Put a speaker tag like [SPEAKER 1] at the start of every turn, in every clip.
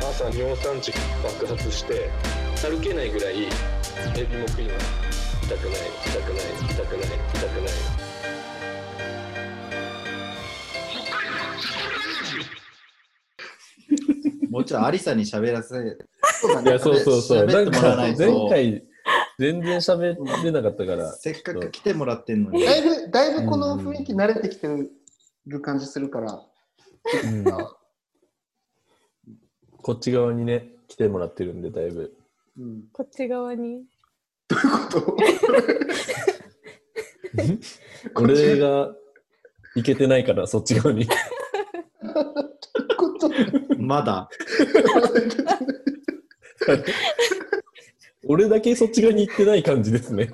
[SPEAKER 1] 朝尿酸値爆発して歩けないぐらいエビも食います痛くない痛くない痛くない痛くない
[SPEAKER 2] もちろんアリサに喋らせ。
[SPEAKER 3] いや、そうそうそ
[SPEAKER 2] 喋
[SPEAKER 3] う。な
[SPEAKER 2] っ
[SPEAKER 3] ん
[SPEAKER 2] てもらわ
[SPEAKER 3] か
[SPEAKER 2] ない
[SPEAKER 3] 前
[SPEAKER 2] と。
[SPEAKER 3] 回、全然喋れなかったから。
[SPEAKER 2] せっかく来てもらってんのに。
[SPEAKER 4] だいぶ、だいぶこの雰囲気慣れてきてる感じするから、
[SPEAKER 3] うんこっち側にね、来てもらってるんで、だいぶ。
[SPEAKER 4] うん、
[SPEAKER 5] こっち側に。
[SPEAKER 3] 俺がいけてないから、そっち側に。
[SPEAKER 4] こと
[SPEAKER 2] まだ。
[SPEAKER 3] 俺だけそっち側に行ってない感じですね。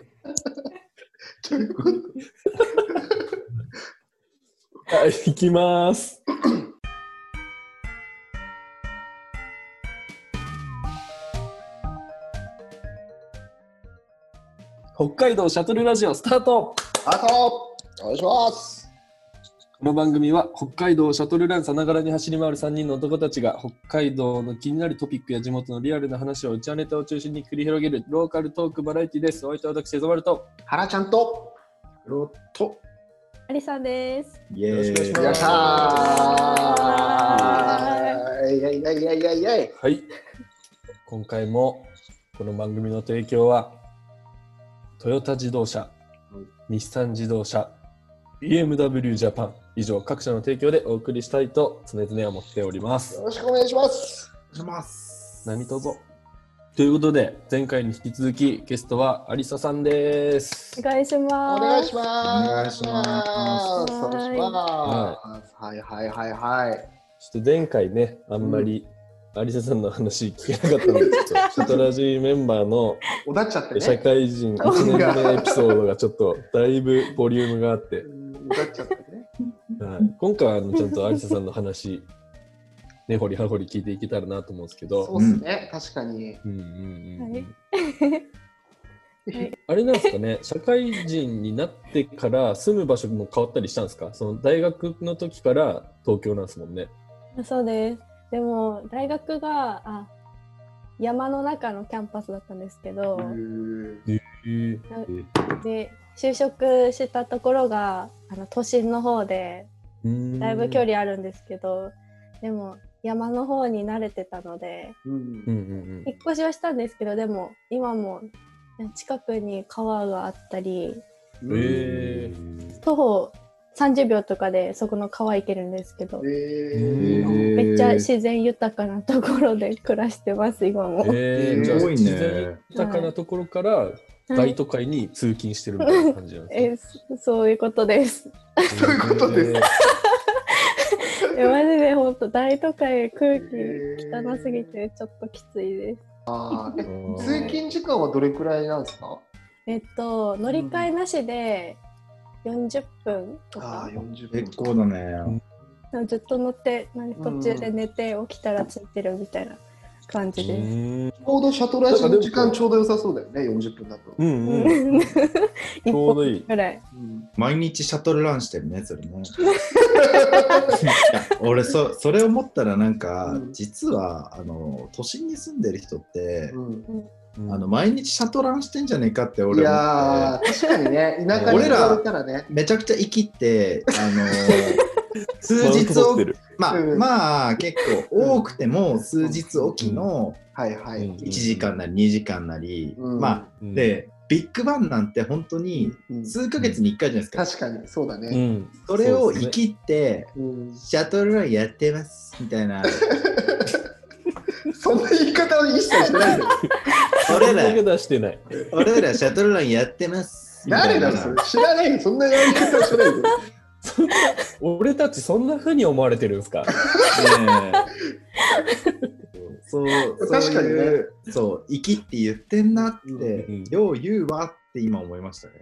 [SPEAKER 3] はい、行きます。北海道シャトルラジオスタート
[SPEAKER 4] あと、お願いします。
[SPEAKER 3] この番組は北海道をシャトルランさながらに走り回る3人の男たちが北海道の気になるトピックや地元のリアルな話をうちはネタを中心に繰り広げるローカルトークバラエティです。お相手は私、エゾバルト。
[SPEAKER 4] 原ちゃんと、
[SPEAKER 2] ロト。
[SPEAKER 5] ありさんです。
[SPEAKER 2] イエーイ。
[SPEAKER 3] よろ
[SPEAKER 4] やっ
[SPEAKER 3] しく
[SPEAKER 4] た
[SPEAKER 3] お
[SPEAKER 4] ーいやいやいやいやいやい
[SPEAKER 3] はい。今回もこの番組の提供はトヨタ自動車、日産自動車、BMW ジャパン以上各社の提供でお送りしたいと常々思っております
[SPEAKER 4] よ。ろしくお願いします。
[SPEAKER 2] します。
[SPEAKER 3] 何卒。ということで、前回に引き続きゲストはアリサさんです
[SPEAKER 5] お。願いし
[SPEAKER 4] お
[SPEAKER 5] ます。
[SPEAKER 4] 願いし
[SPEAKER 5] す。
[SPEAKER 4] ます。
[SPEAKER 2] お願いします
[SPEAKER 4] お願いします。はいはいはいはい。
[SPEAKER 3] ちょっと前回ね、あんまりアリサさんの話聞けなかったんですけど、シャトラジーメンバーの
[SPEAKER 4] おだっちゃって
[SPEAKER 3] 社
[SPEAKER 4] ね。
[SPEAKER 3] 会人1年目のエピソードがちょっとだいぶボリュームがあって
[SPEAKER 4] う、んおだっちゃってね。
[SPEAKER 3] はい、今回はあのちゃんとアリサさんの 話、ねほりはほり聞いていけたらなと思うんですけ
[SPEAKER 4] そ
[SPEAKER 3] ど、
[SPEAKER 4] うですね。確かに。
[SPEAKER 3] うんうんうんうん
[SPEAKER 5] はいはい
[SPEAKER 3] あれなんですかね、社会人になってから住む場所も変わったりしたんですかその大学の時から東京なんですもんね。
[SPEAKER 5] そうです。でも大学があ山の中のキャンパスだったんですけど、
[SPEAKER 4] うん
[SPEAKER 3] へ
[SPEAKER 5] で就職したところがあの都心の方でだいぶ距。離あるんですけど、でも山の方に慣れてたので
[SPEAKER 4] うん
[SPEAKER 3] うんうん
[SPEAKER 5] 引っ越しはしたんですけどでも今も近くに川があったり
[SPEAKER 3] うん。へ
[SPEAKER 5] 徒歩30秒とかでそこの川行けるんですけど、
[SPEAKER 4] え
[SPEAKER 3] うん
[SPEAKER 4] ー
[SPEAKER 5] めっちゃ自然豊かなところで暮らしてます今も。
[SPEAKER 3] えー、じゃあ
[SPEAKER 4] す
[SPEAKER 2] ごいね
[SPEAKER 3] 自然豊かなところから大都会に通勤してるみたいな感じなんですね
[SPEAKER 5] えそそういうことです。
[SPEAKER 4] そういうことです
[SPEAKER 3] えー
[SPEAKER 5] いやマジで本当大都会空気
[SPEAKER 4] えー
[SPEAKER 5] 汚すぎてちょっときついです。
[SPEAKER 4] あーえ
[SPEAKER 3] うん
[SPEAKER 4] 通勤時間はどれくらいなんですか
[SPEAKER 5] えっと乗り換えなしで40分と
[SPEAKER 4] あ
[SPEAKER 5] か
[SPEAKER 4] あ、、40分。
[SPEAKER 2] 結構だね。
[SPEAKER 5] ずっと乗ってなんか途中で寝て起きたらついてるみたいな感じです。
[SPEAKER 3] うん
[SPEAKER 4] ちょうどシャトルラジの時間ちょうど良さそうだよね、40分だと。
[SPEAKER 3] うんうん
[SPEAKER 5] うん一
[SPEAKER 3] ょうどいい
[SPEAKER 5] 本ぐらい。
[SPEAKER 4] うん
[SPEAKER 2] 毎日シャトルランしてるね、それね。いや俺そ、それ思ったらなんか、
[SPEAKER 4] うん
[SPEAKER 2] 実はあの都心に住んでる人って、
[SPEAKER 4] うん
[SPEAKER 2] あの毎日シャトランしてんじゃねえかって
[SPEAKER 4] い
[SPEAKER 2] 俺思って
[SPEAKER 4] やー、確かにね、田舎に比べたらね、
[SPEAKER 2] めちゃくちゃ生きて、あのー数日
[SPEAKER 3] マウント取っ
[SPEAKER 2] を
[SPEAKER 3] てる
[SPEAKER 2] まあ、
[SPEAKER 4] うん
[SPEAKER 2] まあ結構多くても数日おきの
[SPEAKER 4] はいは
[SPEAKER 3] うん
[SPEAKER 4] い。
[SPEAKER 2] 1時間なり2時間なり、
[SPEAKER 4] うん
[SPEAKER 2] まあでビッグバンなんて本当に
[SPEAKER 4] うん
[SPEAKER 2] 数ヶ月に1回じゃないですか、
[SPEAKER 4] 確かに、そうだ
[SPEAKER 3] う
[SPEAKER 4] ね。
[SPEAKER 3] ん
[SPEAKER 2] それを生きて、
[SPEAKER 4] うん
[SPEAKER 2] シャトルランやってますみたい な
[SPEAKER 4] そんな言い方を一切してないんだよ。
[SPEAKER 2] 俺
[SPEAKER 3] それだけ
[SPEAKER 2] ら
[SPEAKER 3] 出してない
[SPEAKER 2] 俺らシャトルランやってますみた
[SPEAKER 4] 誰
[SPEAKER 2] いな
[SPEAKER 4] だそれ知らないよ、そんな言い方をしてないよ。
[SPEAKER 3] 俺たちそんな風に思われてるんですか
[SPEAKER 2] ええ そうそう
[SPEAKER 4] 確かにね
[SPEAKER 2] いうそう生きって言ってんなって、
[SPEAKER 3] うん
[SPEAKER 2] よう言うわって今思いましたね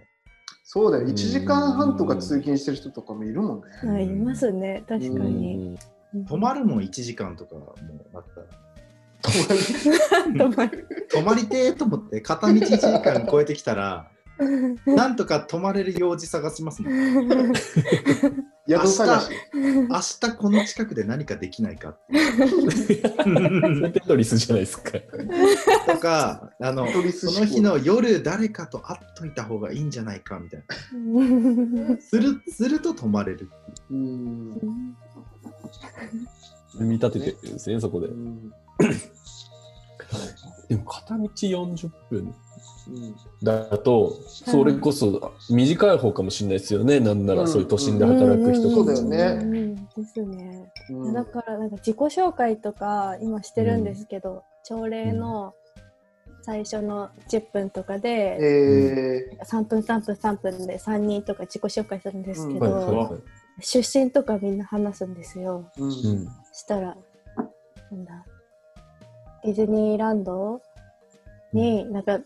[SPEAKER 4] そうだよ、1時間半とか通勤してる人とかもいるもんね。
[SPEAKER 5] あいますね確かに。
[SPEAKER 2] 泊まるもん1時間とかもうあったら
[SPEAKER 5] 止まる
[SPEAKER 2] 泊まりてーと思って片道1時間超えてきたらなんとか泊まれる用事探します ね。
[SPEAKER 4] 宿探し。
[SPEAKER 2] 明日この近くで何かできない か
[SPEAKER 3] それテトリスじゃないですか。
[SPEAKER 2] とか、あの、
[SPEAKER 4] トリス
[SPEAKER 2] その
[SPEAKER 4] 思考
[SPEAKER 2] 日の夜誰かと会っといた方がいいんじゃないかみたいな。する、すると泊まれる。
[SPEAKER 4] うん
[SPEAKER 3] 見立ててるんですね、そこで
[SPEAKER 4] う。ん
[SPEAKER 3] でも片道40分
[SPEAKER 4] うん
[SPEAKER 3] だと、それこそ短い方かもしれないですよね、なんな
[SPEAKER 4] う
[SPEAKER 3] ら
[SPEAKER 4] ん
[SPEAKER 3] そういう都心で働く人とかも
[SPEAKER 4] そうだよね
[SPEAKER 5] うんですね。
[SPEAKER 4] うん
[SPEAKER 5] だからなんか自己紹介とか今してるんですけど、朝礼の最初の10分とかで、
[SPEAKER 4] え
[SPEAKER 5] 3分3分3分で3人とか自己紹介するんですけど、
[SPEAKER 3] はいはいはい
[SPEAKER 5] 出身とかみんな話すんですよ。
[SPEAKER 4] ーう
[SPEAKER 3] うんん
[SPEAKER 5] したらなんだディズニーランドになんか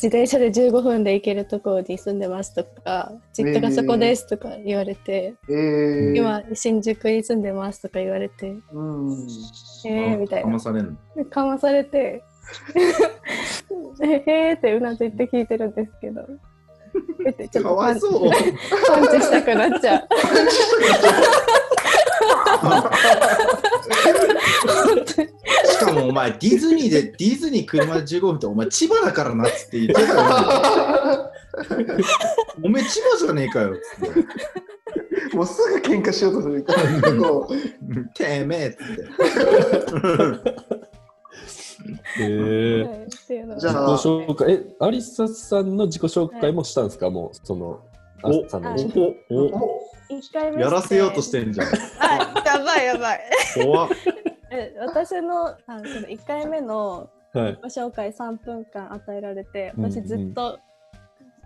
[SPEAKER 5] 自転車で15分で行けるところに住んでますとか実家がそこですとか言われて、
[SPEAKER 4] えー
[SPEAKER 5] 今新宿に住んでますとか言われて
[SPEAKER 4] うん
[SPEAKER 5] えー、みたい
[SPEAKER 2] かま
[SPEAKER 5] な
[SPEAKER 2] されんの。
[SPEAKER 5] かまされてえーってうなずいて聞いてるんですけどえちょっ
[SPEAKER 2] か
[SPEAKER 5] と
[SPEAKER 2] わ
[SPEAKER 5] パン
[SPEAKER 2] いそう。
[SPEAKER 5] パンチしたくなっ ちゃう
[SPEAKER 2] しかもお前、ディズニーで、ディズニー車で15分って、お前、千葉だからなっつって言ってたよ。おめえ千葉じゃねえかよっつって。
[SPEAKER 4] もうすぐ喧嘩しようとするからこう
[SPEAKER 2] てめえっつって。
[SPEAKER 3] へ
[SPEAKER 5] はい
[SPEAKER 3] ー
[SPEAKER 5] っていうの
[SPEAKER 4] じゃ
[SPEAKER 3] 自己
[SPEAKER 4] あ
[SPEAKER 3] 紹介えアリサさんの自己紹介もしたんですか、もうその
[SPEAKER 2] お
[SPEAKER 3] 朝の
[SPEAKER 5] はい
[SPEAKER 2] おお
[SPEAKER 4] お
[SPEAKER 5] 一回目
[SPEAKER 2] やらせようとしてんじゃん。
[SPEAKER 5] あやばいやばい
[SPEAKER 2] 怖っ。
[SPEAKER 5] え私のあその1回目の
[SPEAKER 3] はい
[SPEAKER 5] ご紹介3分間与えられて
[SPEAKER 3] うんうん
[SPEAKER 5] 私ずっと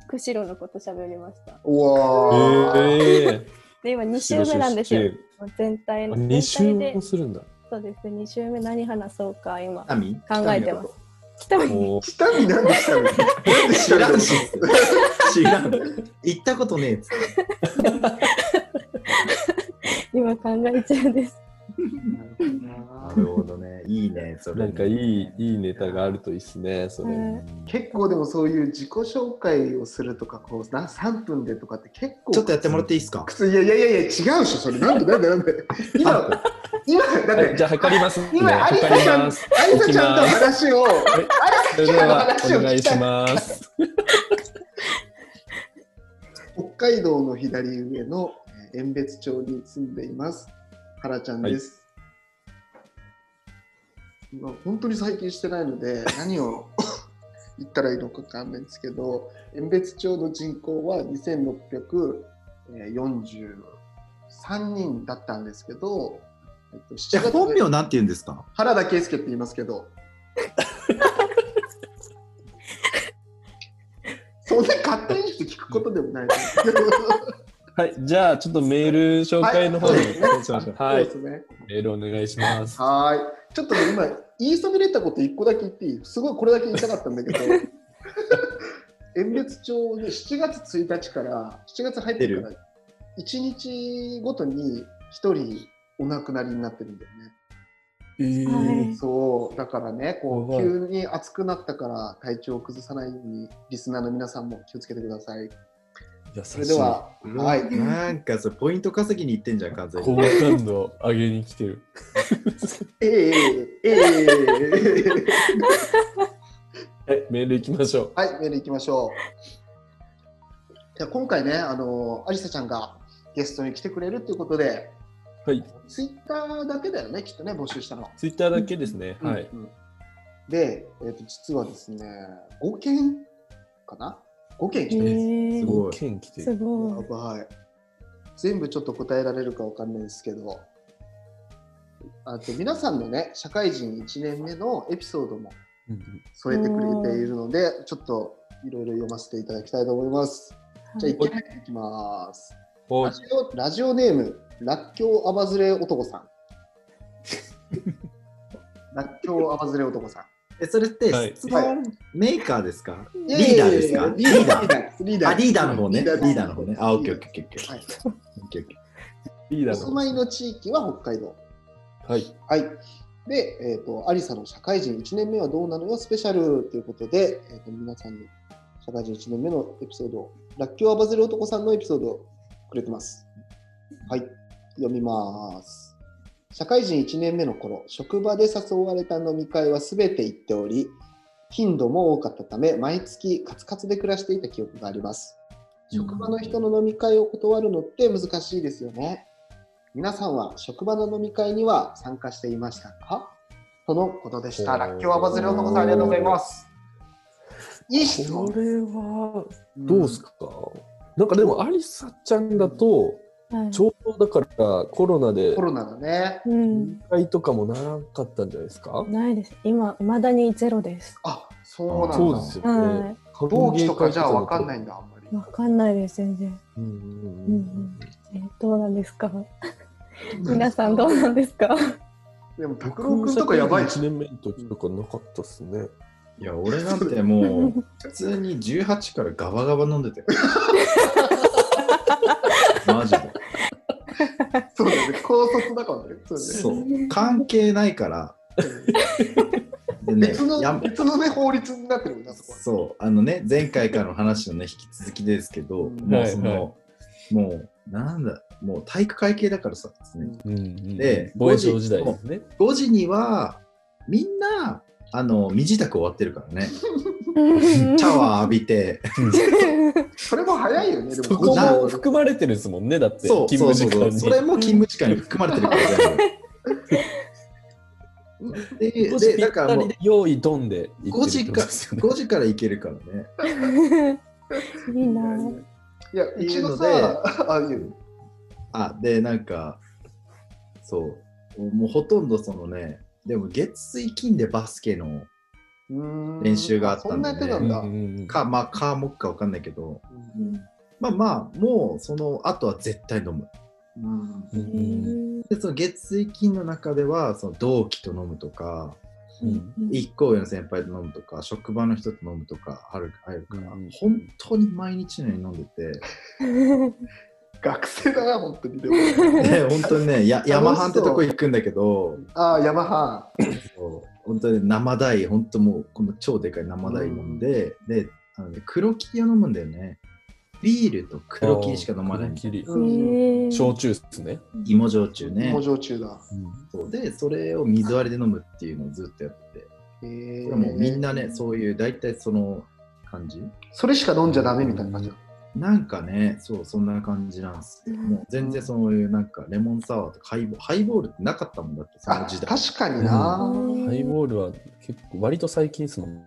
[SPEAKER 5] 釧路のこと喋りました
[SPEAKER 4] うわー
[SPEAKER 3] え
[SPEAKER 5] で今2週目なんですよもう全体の
[SPEAKER 3] 2週
[SPEAKER 5] 全体
[SPEAKER 3] も
[SPEAKER 5] です
[SPEAKER 3] るんだ
[SPEAKER 5] そうです2週目何話そうか今考
[SPEAKER 2] 何
[SPEAKER 5] えてます北見
[SPEAKER 3] おー
[SPEAKER 4] 北見なんでしたね
[SPEAKER 2] 知らんし。知らん。行ったことねえっつって。
[SPEAKER 5] 今考え中です
[SPEAKER 2] なるほどね。いいね。それ。
[SPEAKER 3] なんかいいいいネタがあるといいっすねそれ、
[SPEAKER 5] うん
[SPEAKER 4] 結構でもそういう自己紹介をするとかこうな3分でとかって結構
[SPEAKER 2] ちょっとやってもらっていいですか
[SPEAKER 4] 苦痛いやいやいやいや違うでしょそれなんでなんでなんで今今だっ
[SPEAKER 3] は
[SPEAKER 4] て
[SPEAKER 3] いじゃあ測りますね
[SPEAKER 4] 今アリサ
[SPEAKER 3] 測り
[SPEAKER 4] ちゃん
[SPEAKER 3] ます
[SPEAKER 4] あいさちゃんと
[SPEAKER 3] 置きま
[SPEAKER 4] 話をあ
[SPEAKER 3] はいそ
[SPEAKER 4] い
[SPEAKER 3] れで
[SPEAKER 4] さちゃんの
[SPEAKER 3] は
[SPEAKER 4] 話を
[SPEAKER 3] お願
[SPEAKER 4] 聞
[SPEAKER 3] い
[SPEAKER 4] きた
[SPEAKER 3] し
[SPEAKER 4] い
[SPEAKER 3] ます
[SPEAKER 4] 北海道の左上のえー遠別町に住んでいます。原ちゃんです。まあ本当に最近してないので何を 言ったらいいのかわかんないんですけど遠別町の人口は2643人だったんですけど、えっと、
[SPEAKER 2] じ
[SPEAKER 4] 7
[SPEAKER 2] ゃ
[SPEAKER 4] 月
[SPEAKER 2] あ本名なんて言うんですか
[SPEAKER 4] 原田圭介って言います けどそんな勝手にして聞くことでもないですけど。
[SPEAKER 3] はいじゃあちょっとメール紹介の方に
[SPEAKER 4] はい
[SPEAKER 3] 行きましょうは
[SPEAKER 4] そう
[SPEAKER 3] い
[SPEAKER 4] ですね。
[SPEAKER 3] メールお願いします
[SPEAKER 4] はーい。ちょっとね、今、言いそびれたこと一個だけ言っていいすごいこれだけ言いたかったんだけ ど、遠別町で7月1日から、7月入ってから、1日ごとに1人お亡くなりになってるんだよね。
[SPEAKER 3] えー
[SPEAKER 5] はい
[SPEAKER 4] そう、だからね、こ
[SPEAKER 3] はい
[SPEAKER 4] う急に暑くなったから体調を崩さないように、リスナーの皆さんも気をつけてください。
[SPEAKER 3] 優しい
[SPEAKER 4] それでは、はい。
[SPEAKER 2] なんかそれポイント稼ぎに行ってんじゃん、完全
[SPEAKER 3] 好
[SPEAKER 2] に。
[SPEAKER 3] 感度を上げに来てる
[SPEAKER 4] えー、えー、
[SPEAKER 3] はいメール行きましょう
[SPEAKER 4] はい、メール行きましょう。じゃあ今回ね、あのアリサちゃんがゲストに来てくれるということで、
[SPEAKER 3] はい、
[SPEAKER 4] ツイッターだけだよね、きっとね、募集したの。
[SPEAKER 3] ツイッターだけですね。はい。
[SPEAKER 4] うんうんで、えーと、実はですね、5件かな ?5 件来て
[SPEAKER 5] へ
[SPEAKER 4] る。
[SPEAKER 5] ー
[SPEAKER 2] すごい
[SPEAKER 3] 剣来て
[SPEAKER 5] す
[SPEAKER 3] る。
[SPEAKER 5] ごい
[SPEAKER 4] やばい。全部ちょっと答えられるかわかんないですけど、あと皆さんのね、社会人1年目のエピソードも
[SPEAKER 3] うん
[SPEAKER 4] 添えてくれているので、ちょっといろいろ読ませていただきたいと思います。じゃあ1
[SPEAKER 5] はい
[SPEAKER 4] 件目いきます。
[SPEAKER 3] お
[SPEAKER 4] ラジオラジオネーム、らっきょうあばずれ男 さん。らっきょうあばずれ男さ
[SPEAKER 2] えそれって
[SPEAKER 3] はい
[SPEAKER 2] 質問メーカーですか
[SPEAKER 4] ん。
[SPEAKER 2] リーダーですか
[SPEAKER 4] い
[SPEAKER 2] リ
[SPEAKER 4] やい
[SPEAKER 2] ー
[SPEAKER 4] やい
[SPEAKER 2] ダ
[SPEAKER 4] やリー
[SPEAKER 2] ー。
[SPEAKER 4] ダー。リー
[SPEAKER 2] あ、リーダーの方ね。リ
[SPEAKER 4] リーダー
[SPEAKER 2] ーダーの方ね。あ、オッケーオッケーオッケー
[SPEAKER 4] はい
[SPEAKER 2] オッケーオッケ
[SPEAKER 3] リー
[SPEAKER 4] お
[SPEAKER 3] ダ
[SPEAKER 4] 住
[SPEAKER 3] ーの。
[SPEAKER 4] まいの地域は北海道。
[SPEAKER 3] はい。
[SPEAKER 4] はい。で、えっ、と、アリサの社会人1年目はどうなのよスペシャルということで、えー、と皆さんの社会人1年目のエピソード、らっきょうあばずる男さんのエピソードくれてます。はい、読みます。社会人1年目の頃、職場で誘われた飲み会はすべて行っており、頻度も多かったため、毎月カツカツで暮らしていた記憶があります。職場の人の飲み会を断るのって難しいですよね。皆さんは職場の飲み会には参加していましたかとのことでした。らっきょうあばずる男さん、ありがとうございます。いい質問
[SPEAKER 3] こ。れはどうすか、なんかでもありさちゃんだと
[SPEAKER 5] はい
[SPEAKER 3] ちょうどだからコロナで
[SPEAKER 4] コロナだね。
[SPEAKER 5] う
[SPEAKER 3] 飲
[SPEAKER 5] ん、
[SPEAKER 3] み会とかもなかったんじゃないですか、
[SPEAKER 5] ないです。今、いまだにゼロです。
[SPEAKER 4] あ、そうなん
[SPEAKER 3] そう
[SPEAKER 4] だ。
[SPEAKER 3] ですよ
[SPEAKER 5] は
[SPEAKER 3] ね
[SPEAKER 5] い。
[SPEAKER 4] 同期とかじゃあ分かんない
[SPEAKER 3] い。
[SPEAKER 4] んだ、あんまり。
[SPEAKER 5] わかんないです、全然。
[SPEAKER 3] うんうん
[SPEAKER 5] うん
[SPEAKER 3] う
[SPEAKER 5] うんん、えどうなんですか皆さんどうなんですか
[SPEAKER 4] でも、拓郎くんとかやばい
[SPEAKER 3] 1
[SPEAKER 4] し。
[SPEAKER 3] 年目の時とかなかったっすね。
[SPEAKER 2] いや、俺なんても う、普通に18からガバガバ飲んで て。マジで。
[SPEAKER 4] そうだよね。高卒だからね。そうだよね。
[SPEAKER 2] そう。関係ないから。でね
[SPEAKER 4] 別の、
[SPEAKER 2] やん
[SPEAKER 4] 別のね、法律になってるもんな、そこは。
[SPEAKER 2] そう、あのね、前回からの話のね、引き続きですけど、
[SPEAKER 4] うん
[SPEAKER 2] もうその、
[SPEAKER 3] はいは
[SPEAKER 2] もう、なんだ、もう体育会系だからさ、
[SPEAKER 4] うん
[SPEAKER 3] うんうん
[SPEAKER 2] で
[SPEAKER 3] 防衛省時代ですね。
[SPEAKER 2] 5時には、みんな、あの、身支度終わってるから ね、シャワー浴びて、
[SPEAKER 4] それも早いよね、で
[SPEAKER 3] そ
[SPEAKER 4] も。
[SPEAKER 3] こ
[SPEAKER 2] な
[SPEAKER 3] も含まれてるですもんね、だって、
[SPEAKER 2] そう、
[SPEAKER 3] 勤
[SPEAKER 2] そうそ
[SPEAKER 3] 務時
[SPEAKER 2] うそ
[SPEAKER 3] 間
[SPEAKER 2] う、それ
[SPEAKER 3] に。
[SPEAKER 2] も勤務時間に含まれてるから全部で、で、だからもう、
[SPEAKER 3] 用意ドンで行
[SPEAKER 2] 5
[SPEAKER 3] っ
[SPEAKER 2] 時
[SPEAKER 3] てるってこ
[SPEAKER 2] か
[SPEAKER 3] とですよね
[SPEAKER 2] 5時から行けるからね。
[SPEAKER 5] いいな。
[SPEAKER 4] いや、うちの
[SPEAKER 2] っていう
[SPEAKER 4] さ、あ、いいよ
[SPEAKER 2] あでなんかそうもうほとんどそのねでも月水金でバスケの
[SPEAKER 4] うーん
[SPEAKER 2] 練習があった
[SPEAKER 4] そ
[SPEAKER 2] ん
[SPEAKER 4] ん
[SPEAKER 2] で
[SPEAKER 4] な
[SPEAKER 2] ね
[SPEAKER 4] やってたんだ。
[SPEAKER 3] うんうんうん
[SPEAKER 2] かまあ科目かわかんないけど
[SPEAKER 5] うん
[SPEAKER 2] まあまあもうそのあとは絶対飲む
[SPEAKER 4] うん
[SPEAKER 3] うんうん
[SPEAKER 2] でその月水金の中ではその同期と飲むとか
[SPEAKER 3] うん
[SPEAKER 2] 一個上の先輩と飲むとか職場の人と飲むとかあるあるから、
[SPEAKER 3] うんうん
[SPEAKER 2] 本当に毎日のように飲んで て
[SPEAKER 4] 学生だな、本当に。でも
[SPEAKER 2] で本当にねや
[SPEAKER 4] しそう
[SPEAKER 2] ヤマハンってとこ行くんだけど
[SPEAKER 4] ああ、ヤマハ。
[SPEAKER 2] そう本当に生大本当もうこの超でかい生大飲んで、であのね黒切りを飲むんだよねビールと黒切りしか飲まない
[SPEAKER 3] 黒霧
[SPEAKER 4] うん。
[SPEAKER 3] 焼酎っすね。
[SPEAKER 2] 芋焼酎ね
[SPEAKER 4] 芋焼酎だ。
[SPEAKER 2] そうでそれを水割りで飲むっていうのをずっとやってて
[SPEAKER 4] え
[SPEAKER 2] これもうみんなね
[SPEAKER 4] う。
[SPEAKER 2] そういう大体その感じ
[SPEAKER 4] それしか飲んじゃダメみたいな感じだ。
[SPEAKER 2] なんかねそうそんな感じなんですよもう全然そういうなんかレモンサワーとかハイボールハイボールってなかったもんだってそ
[SPEAKER 4] あ、
[SPEAKER 2] の時代
[SPEAKER 4] 確かにな。
[SPEAKER 3] ハイボールは結構、割と最近っすもんね。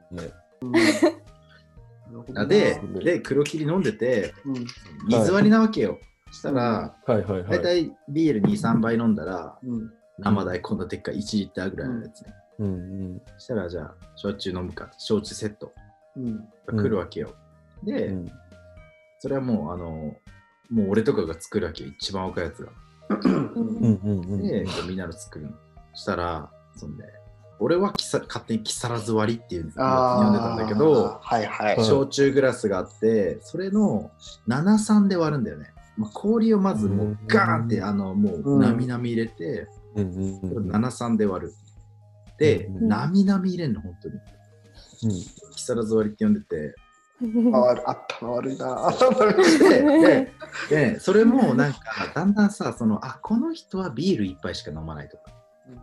[SPEAKER 2] あでで黒切り飲んでて
[SPEAKER 4] うん、
[SPEAKER 2] 水割りなわけよ、したら
[SPEAKER 3] はいはいは
[SPEAKER 2] 大
[SPEAKER 3] い。
[SPEAKER 2] 体ビール2、3杯飲んだら、
[SPEAKER 4] うん、
[SPEAKER 2] 生大こんなでっかい1リッターぐらいのやつね。
[SPEAKER 3] うん
[SPEAKER 2] そしたらじゃあ、焼酎飲むか、焼酎セット
[SPEAKER 4] うん、
[SPEAKER 2] が来るわけよ。
[SPEAKER 3] う
[SPEAKER 2] で、
[SPEAKER 3] んうん
[SPEAKER 2] それはもう、あの、もう俺とかが作るわけよ、一番若いやつが。
[SPEAKER 3] うんうんうん
[SPEAKER 2] で、みんなの作るの。そしたら、そんで、俺はきさ勝手に木更津割りっていうのを
[SPEAKER 4] あー
[SPEAKER 2] 呼んでたんだけど、
[SPEAKER 4] はいはい。
[SPEAKER 3] ー
[SPEAKER 2] 焼酎グラスがあって、それの73で割るんだよね。まあ、氷をまずもうガーンって、
[SPEAKER 3] うん
[SPEAKER 2] あの、もう、
[SPEAKER 4] うん
[SPEAKER 2] なみなみ入れて、
[SPEAKER 3] うんうんうんうん
[SPEAKER 2] 73で割る。で、
[SPEAKER 3] うん
[SPEAKER 2] なみなみ入れんの、本当に。木更津割りって呼んでて。
[SPEAKER 4] ああ頭悪いな。頭悪い。
[SPEAKER 2] で、ででそれもなんか、だんだんさ、その、あ、この人はビール一杯しか飲まないとか、